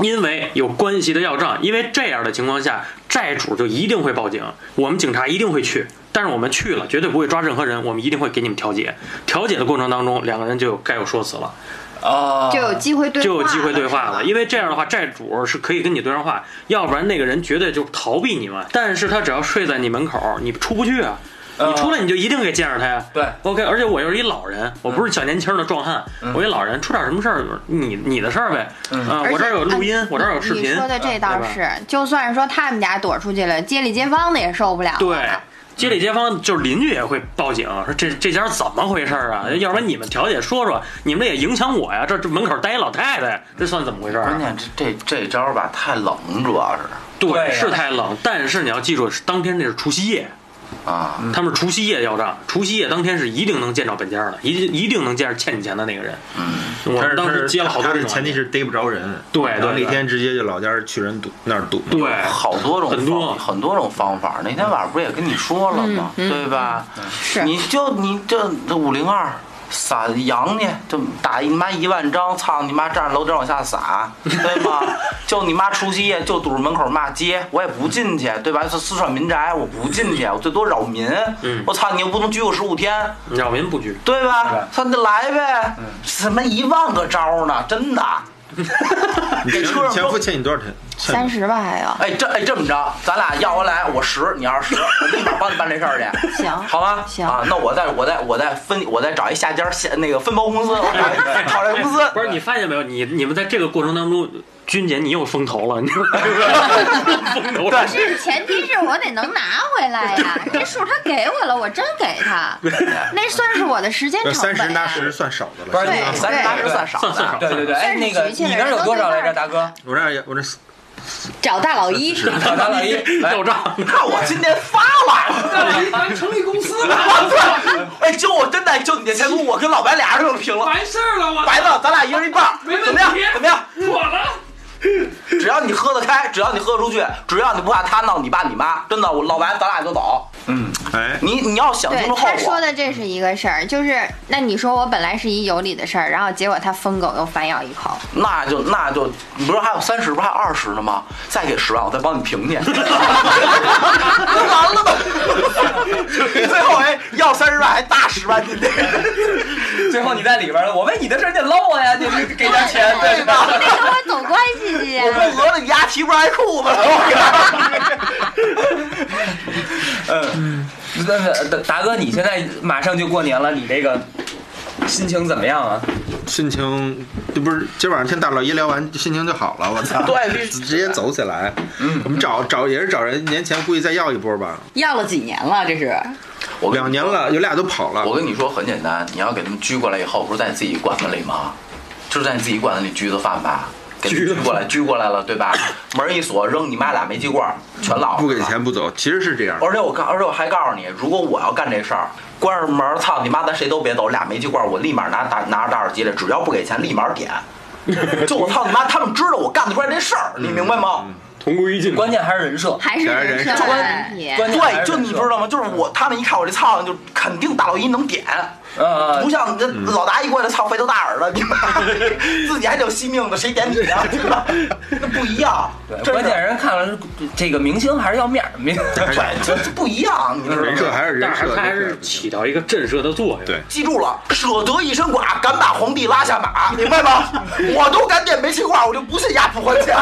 Speaker 5: 因为有关系的要账，因为这样的情况下，债主就一定会报警，我们警察一定会去，但是我们去了绝对不会抓任何人，我们一定会给你们调解。调解的过程当中，两个人就有该有说辞了。
Speaker 2: 啊
Speaker 1: 哦，
Speaker 6: 就有机会对话，
Speaker 5: 就有机会对话了，
Speaker 6: 是吧
Speaker 5: 因为这样的话，债主是可以跟你对上话，要不然那个人绝对就逃避你嘛。但是他只要睡在你门口，你出不去啊，
Speaker 1: 嗯
Speaker 5: 你出来你就一定给见着他呀。
Speaker 1: 对
Speaker 5: ，OK，而且我又是一老人，我不是小年轻的壮汉，我一老人，出点什么事儿，你你的事儿呗。啊，
Speaker 6: 而且
Speaker 5: 我这儿有录音
Speaker 6: 哎，
Speaker 5: 我这儿有视
Speaker 6: 你
Speaker 5: 频啊
Speaker 6: 你说，的这倒
Speaker 5: 对吧
Speaker 6: 是，就算是说他们家躲出去了，街里街坊的也受不了。
Speaker 5: 对。街里街坊就是邻居也会报警，说这这家怎么回事儿啊？要不然你们调解说说，你们这也影响我呀。这这门口待一老太太，这算怎么回事儿啊？
Speaker 2: 关键这这这招吧太冷，主要是
Speaker 5: 对，
Speaker 1: 对呀
Speaker 5: 是太冷，但是你要记住，是当天那是除夕夜，
Speaker 2: 啊，
Speaker 3: 嗯
Speaker 5: 他们是除夕夜要账，除夕夜当天是一定能见着本家的，一定一定能见着欠你钱的那个人。
Speaker 2: 嗯，
Speaker 5: 我们当时接了好多
Speaker 3: 他
Speaker 5: 这
Speaker 3: 是
Speaker 5: 种案
Speaker 3: 前
Speaker 5: 件，
Speaker 3: 提是逮不着人，
Speaker 5: 对
Speaker 3: 然后
Speaker 5: 对
Speaker 3: 那天直接就老家去人堵那儿堵，
Speaker 5: 对，
Speaker 2: 好多种
Speaker 5: 很多
Speaker 2: 方很多种方法。那天晚上不是也跟你说了吗？对吧？
Speaker 6: 是
Speaker 2: 你就你这五零二撒羊去，就打你妈一万张，操你妈站着楼顶往下撒，对吗？就你妈除夕夜就堵着门口骂街，我也不进去，对吧？私私闯民宅我不进去，我最多扰民。
Speaker 5: 嗯
Speaker 2: 我操，你又不能拘我十五天，
Speaker 5: 扰民不拘。
Speaker 2: 对吧？他那来呗，
Speaker 5: 嗯
Speaker 2: 什么一万个招呢？真的， 给车上
Speaker 3: 前
Speaker 2: 装
Speaker 3: 夫欠你多少钱？欠
Speaker 6: 三十吧还有。
Speaker 2: 哎，这哎这么着，咱俩要回来，我十，你二十，我立马帮你办这事儿去，
Speaker 6: 行
Speaker 2: 好吗？
Speaker 6: 行
Speaker 2: 啊，那我再我再我再分我再找一下家下那个分包公司，我找一找这公司，
Speaker 5: 不是你发现没有，你你们在这个过程当中，军姐你又风头了，你 知道吗风头了。
Speaker 6: 是前提是我得能拿回来呀，这数他给我了，我真给他，那算是我的时间
Speaker 3: 呃
Speaker 6: 成
Speaker 3: 三十
Speaker 6: 本
Speaker 3: 拿
Speaker 6: 呀。
Speaker 3: 十算少的了。
Speaker 1: 不是
Speaker 3: 现在
Speaker 6: 对
Speaker 2: 三十八十算少
Speaker 5: 算算
Speaker 2: 的，
Speaker 5: 少
Speaker 1: 对对对，哎，那个你那儿有多少来着，大 哥？
Speaker 3: 我这儿也我这四
Speaker 6: 找大老一，
Speaker 1: 找大老哎一，来
Speaker 5: 要账，
Speaker 3: 哎
Speaker 2: 那我今天发 了，
Speaker 8: 咱成立公司了，
Speaker 2: 哎，就我真的就你这前途，我跟老白俩人就平了，
Speaker 8: 完事儿了，我
Speaker 2: 白子，咱俩一人一半儿，
Speaker 8: 没问题
Speaker 2: 怎么样？怎么样？
Speaker 8: 妥了。
Speaker 2: 只要你喝得开，只要你喝得出去，只要你不怕他闹你爸你妈，真的，我老白，咱俩就走。
Speaker 3: 哎，
Speaker 2: 你你要想清
Speaker 6: 对
Speaker 2: 楚后
Speaker 5: 啊
Speaker 6: 他说
Speaker 2: 果。
Speaker 6: 的这是一个事儿，就是那你说我本来是一有理的事儿，然后结果他疯狗又反咬一口，
Speaker 2: 那就那就，你不是还有三十，不是还有二十呢吗？再给十万，我再帮你平 去。完了吧？ 最后哎，要三十万还搭十万进去，
Speaker 1: 最后你在里边了，我为你的事儿你得捞我呀，你你给点钱，对吧？
Speaker 6: 你得跟我走关系去呀
Speaker 2: 我。问讹了你丫提不上来裤子了。
Speaker 1: 嗯，那 达达哥，你现在马上就过年了，你这个心情怎么样啊？
Speaker 3: 心情这不是今晚上听大老爷聊完，心情就好了。我操，
Speaker 2: 对必须
Speaker 3: 直接走起来。嗯，我们找找也是找人，年前估计再要一波吧。
Speaker 4: 要了几年了？这是
Speaker 2: 我跟
Speaker 3: 两年了，有俩都跑了。
Speaker 2: 我跟你说很简单，你要给他们拘过来以后，不是在你自己馆子里吗？就是在你自己馆子里拘的饭吧，给他们拘过来，拘过来了，对吧？门一锁，扔你妈俩煤气罐儿，全老
Speaker 3: 不给钱不走，其实是这样。
Speaker 2: 而且我告，而且我还告诉你，如果我要干这事儿，关上门，操你妈，咱谁都别走，俩煤气罐儿，我立马拿大拿着大耳机来，只要不给钱，立马点。就我操你妈，他们知道我干得出来这事儿，你明白吗？
Speaker 5: 同归于尽。
Speaker 1: 关键还是人设，
Speaker 6: 还是人设的问题。
Speaker 1: 关键还是
Speaker 2: 对，
Speaker 1: 人设
Speaker 2: 就你知道吗？就是我，他们一看我这操就肯定大老一能点。
Speaker 1: 呃
Speaker 2: 不，像这老大一过来，操，肥头大耳的，你 妈自己还得有惜命的，谁点你啊？对吧那不一样，
Speaker 1: 对，
Speaker 2: 真
Speaker 1: 关键
Speaker 2: 是
Speaker 1: 人看了这个明星还是要面儿， 明
Speaker 2: 对，这这不一样，你知道吗
Speaker 3: 人？设还是人
Speaker 5: 但是
Speaker 3: 设，
Speaker 5: 它还
Speaker 3: 人
Speaker 5: 是
Speaker 3: 设
Speaker 5: 起到一个震慑的作用。
Speaker 3: 对
Speaker 2: 记住了，舍得一身剐，敢把皇帝拉下 马，明白吗？我都敢点煤气罐，我就不信丫不还钱，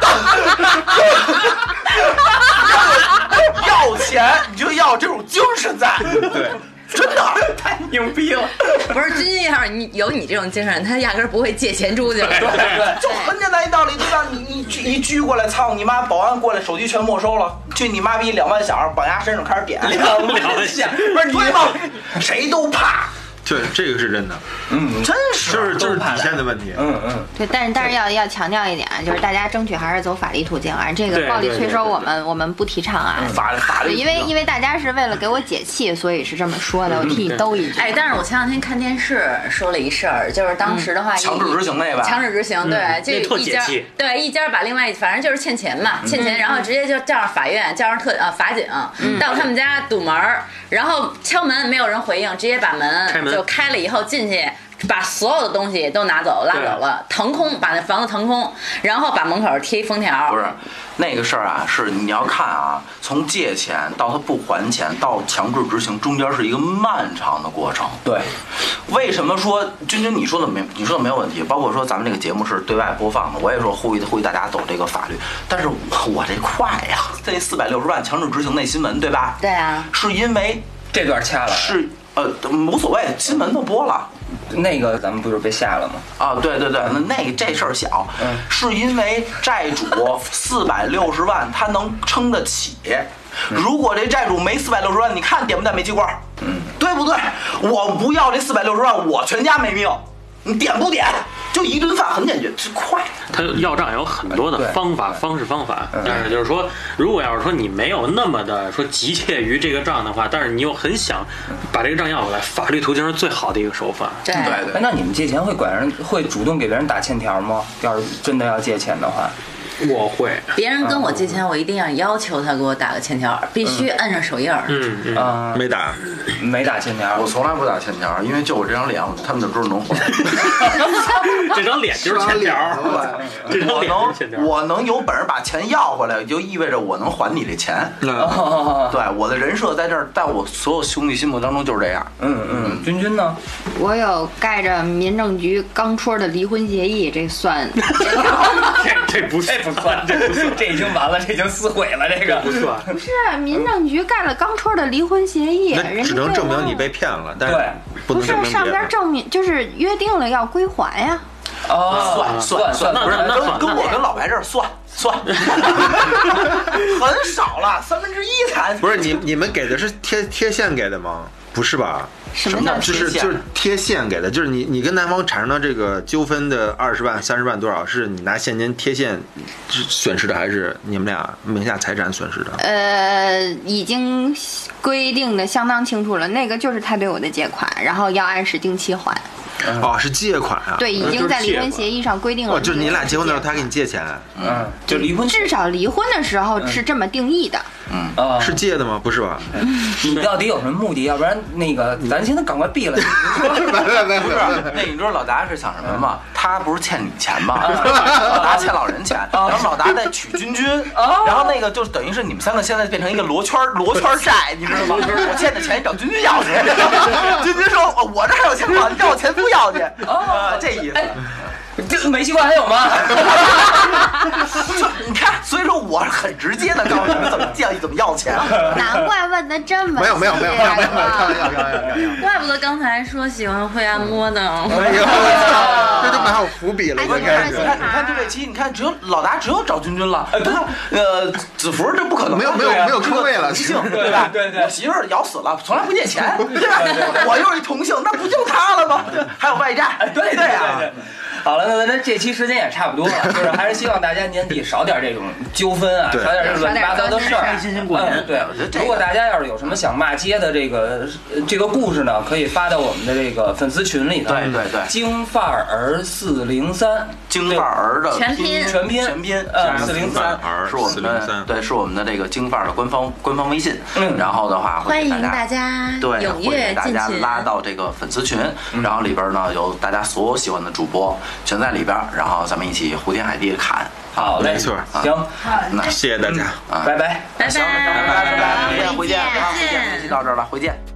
Speaker 2: 真的。 要要钱你就要这种精神在，对，真的。
Speaker 1: 牛逼了，
Speaker 4: 不是军军要是你有你这种精神，他压根儿不会借钱出去。对
Speaker 2: 就很简单一道理，就让你你拘一拘过来，操你妈！保安过来，手机全没收了，去你妈逼两万响，绑丫身上开始点，
Speaker 1: 两 两下，
Speaker 2: 不是你吗？谁都怕，
Speaker 3: 对，这个是真的，
Speaker 2: 真是
Speaker 3: 就是就是
Speaker 1: 都怕
Speaker 3: 底线的问题。
Speaker 1: 嗯嗯，
Speaker 6: 对，但是但是要要强调一点啊，就是大家争取还是走法律途径啊，这个
Speaker 5: 对
Speaker 6: 暴力
Speaker 5: 对
Speaker 6: 催
Speaker 5: 对
Speaker 6: 收
Speaker 5: 对
Speaker 6: 我们我们不提倡啊。
Speaker 3: 嗯
Speaker 2: 法法
Speaker 6: 对，
Speaker 2: 律
Speaker 6: 因为因为大家是为了给我解气，所以是这么说的，我
Speaker 3: 嗯
Speaker 6: 替你兜一句。
Speaker 4: 哎，但是我前两天看电视说了一事儿，就是当时的话，
Speaker 2: 嗯强制执行那吧，
Speaker 4: 强制执行，对，
Speaker 5: 嗯那
Speaker 4: 这
Speaker 5: 特
Speaker 4: 一
Speaker 5: 解
Speaker 4: 家
Speaker 5: 气嗯
Speaker 4: 对一家把另外一，反正就是欠钱嘛，欠钱，然后直接就叫上法院，叫上特呃法警到他们家堵门儿，然后敲门没有人回应，直接把
Speaker 5: 开
Speaker 4: 门
Speaker 5: 门
Speaker 4: 就开了以后进去。把所有的东西都拿走，拉
Speaker 5: 对
Speaker 4: 走了，腾空把那房子腾空，然后把门口贴一封条。
Speaker 2: 不是那个事儿啊，是你要看啊，从借钱到他不还钱到强制执行，中间是一个漫长的过程。
Speaker 1: 对，
Speaker 2: 为什么说君君你说的没你说的没有问题？包括说咱们这个节目是对外播放的，我也说呼吁呼吁大家走这个法律。但是我我这快呀，这四百六十万强制执行那新闻对吧？
Speaker 4: 对啊，
Speaker 2: 是因为
Speaker 1: 这段掐了，
Speaker 2: 是呃无所谓，新闻都播了。
Speaker 1: 那个咱们不是被吓了吗？
Speaker 2: 啊，对对对，那那这事儿小，
Speaker 1: 嗯
Speaker 2: 是因为债主 四百六十万他能撑得起。如果这债主没四百六十万，你看点不点煤气罐？嗯，对不对？我不要这四百六十万，我全家没命。你点不点？就一顿饭很简洁，这快。
Speaker 5: 他要账有很多
Speaker 1: 对嗯
Speaker 5: 的方法、方式、方法，但是就是说，如果要是说你没有那么的说急切于这个账的话，但是你又很想把这个账要回来，法律途径是最好的一个手法。
Speaker 4: 对，
Speaker 1: 哎哎，那你们借钱会管人，会主动给别人打欠条吗？要是真的要借钱的话，
Speaker 5: 我会，
Speaker 4: 别人跟我
Speaker 5: 嗯
Speaker 4: 借钱，我一定要要求他给我打个欠条，必须摁上手印儿。
Speaker 5: 嗯嗯，
Speaker 1: 啊，
Speaker 3: 没打，
Speaker 1: 没打欠条
Speaker 2: 哎我。从来不打欠条，因为就我这张脸，他们怎么知道能还？
Speaker 5: 这张脸就是欠条，这张
Speaker 2: 我
Speaker 5: 脸就是欠条
Speaker 2: 能，。我能有本事把钱要回来，就意味着我能还你这钱。
Speaker 3: 那
Speaker 1: 哦
Speaker 2: 对，我的人设在这儿，在我所有兄弟心目当中就是这样。
Speaker 1: 嗯嗯，君君呢？
Speaker 6: 我有盖着民政局钢戳的离婚协议，这算
Speaker 5: 这这不是
Speaker 1: 这哎 不算，这不算，这已经完了，这已经撕毁了。这个
Speaker 5: 不算，
Speaker 6: 不是啊民政局盖了钢戳的离婚协议，人
Speaker 3: 那
Speaker 6: 家
Speaker 3: 只能证
Speaker 6: 对
Speaker 3: 明
Speaker 6: 方
Speaker 3: 你被骗了，但
Speaker 1: 对
Speaker 3: 是不
Speaker 6: 不
Speaker 3: 能
Speaker 6: 是
Speaker 3: 证明别
Speaker 6: 上边
Speaker 3: 的。
Speaker 6: 证明就是约定了要归还呀。
Speaker 1: 哦，
Speaker 2: 算
Speaker 1: 算
Speaker 2: 算
Speaker 1: 算，
Speaker 5: 那那那
Speaker 2: 跟
Speaker 5: 算
Speaker 2: 跟
Speaker 5: 那
Speaker 2: 我跟老白这儿算 算，很少了，三分之一才
Speaker 3: 不是你你们给的是贴贴现给的吗？不是吧？
Speaker 6: 什么叫
Speaker 2: 贴
Speaker 3: 就是
Speaker 2: 现
Speaker 3: 就是贴现给的，就是你你跟男方产生的这个纠纷的二十万、三十万多少，是你拿现金贴现是损失的，还是你们俩名下财产损失的？
Speaker 6: 呃，已经规定的相当清楚了，那个就是他对我的借款，然后要按时定期还。
Speaker 3: 哦，是借款啊。
Speaker 6: 对，已
Speaker 5: 那就
Speaker 6: 经
Speaker 5: 是
Speaker 6: 在离
Speaker 5: 借
Speaker 6: 婚
Speaker 5: 款
Speaker 6: 协议上规定了。
Speaker 3: 哦，就是你俩结婚的时候，他给你借钱，
Speaker 1: 嗯，就离婚
Speaker 6: 至少离婚的时
Speaker 3: 嗯
Speaker 6: 候是这么定 义的。
Speaker 1: 啊，
Speaker 3: 是借的吗？不是吧？
Speaker 1: 你到底有什么目的？要不然那个，
Speaker 2: 嗯
Speaker 1: 咱现在赶快毙 了。
Speaker 2: 不是。那你知道老达是想什么吗？他不是欠你钱吗？老达欠老人钱，然后老达再娶君君，然后那个就等于是你们三个现在变成一个罗圈罗圈债，你知道吗？我欠的钱你找君君要去，君君说哦我这还有钱吗？你找我前夫要去，啊，这意思。
Speaker 1: 这煤气罐还有 吗？
Speaker 2: 就 你看，所以说我很直接的告诉你们怎么借怎么要钱。
Speaker 6: 难怪问的这么啊
Speaker 3: 没有没有没有没有没有，开玩笑开玩笑开玩笑。
Speaker 4: 怪不得刚才说喜欢会按摩呢。
Speaker 2: 嗯
Speaker 3: 哎呦，这都埋有伏笔了，已经开始
Speaker 2: 你。哎看，你看这位期，你看只有老达只有找君君
Speaker 4: 哎
Speaker 2: 了，不是呃子福这不可能，
Speaker 3: 没有没有
Speaker 2: 对啊
Speaker 3: 没有坑位了
Speaker 2: 同性对吧？
Speaker 1: 对对对
Speaker 2: 我媳妇儿咬死了，从来不借钱，对吧？我又是一同性，那不就他了吗？对，还有外债，
Speaker 1: 哎对对
Speaker 2: 对啊。
Speaker 1: 对。好了，那咱这期时间也差不多 了，就是还是希望大家年底少点这种纠纷啊，
Speaker 3: 对
Speaker 1: 少点这种乱七八糟的事儿。
Speaker 4: 少点
Speaker 7: 开心过年
Speaker 1: 嗯对
Speaker 2: 我觉得，这个
Speaker 1: 如果大家要是有什么想骂街的这个呃这个故事呢，可以发到我们的这个粉丝群里头。
Speaker 2: 对对对
Speaker 1: 京范儿四零三，
Speaker 2: 京范儿的
Speaker 4: 全拼
Speaker 1: 全拼
Speaker 2: 全拼
Speaker 1: 呃
Speaker 2: 加上
Speaker 1: 403
Speaker 2: 范儿是我们的
Speaker 3: 403
Speaker 2: 对，是我们的这个京范儿的官方官方微信。
Speaker 1: 嗯
Speaker 2: 然后的话会
Speaker 4: 欢
Speaker 2: 给
Speaker 4: 迎
Speaker 2: 大
Speaker 4: 大家
Speaker 2: 对，
Speaker 4: 踊
Speaker 2: 会给
Speaker 4: 跃
Speaker 2: 大
Speaker 4: 进
Speaker 2: 家
Speaker 4: 群，
Speaker 2: 拉到这个粉丝群，然后里边呢有大家所有喜欢的主播全在里边，然后咱们一起胡天海地的侃。
Speaker 1: 好嘞，
Speaker 3: 没错
Speaker 1: 行，
Speaker 2: 那
Speaker 3: 谢谢大家。
Speaker 2: 啊，
Speaker 1: 拜拜。
Speaker 4: 拜拜
Speaker 2: 行，那咱们拜拜，回见，回见，
Speaker 4: 再
Speaker 2: 啊
Speaker 4: 见
Speaker 2: 回见，这期到这儿了，回见。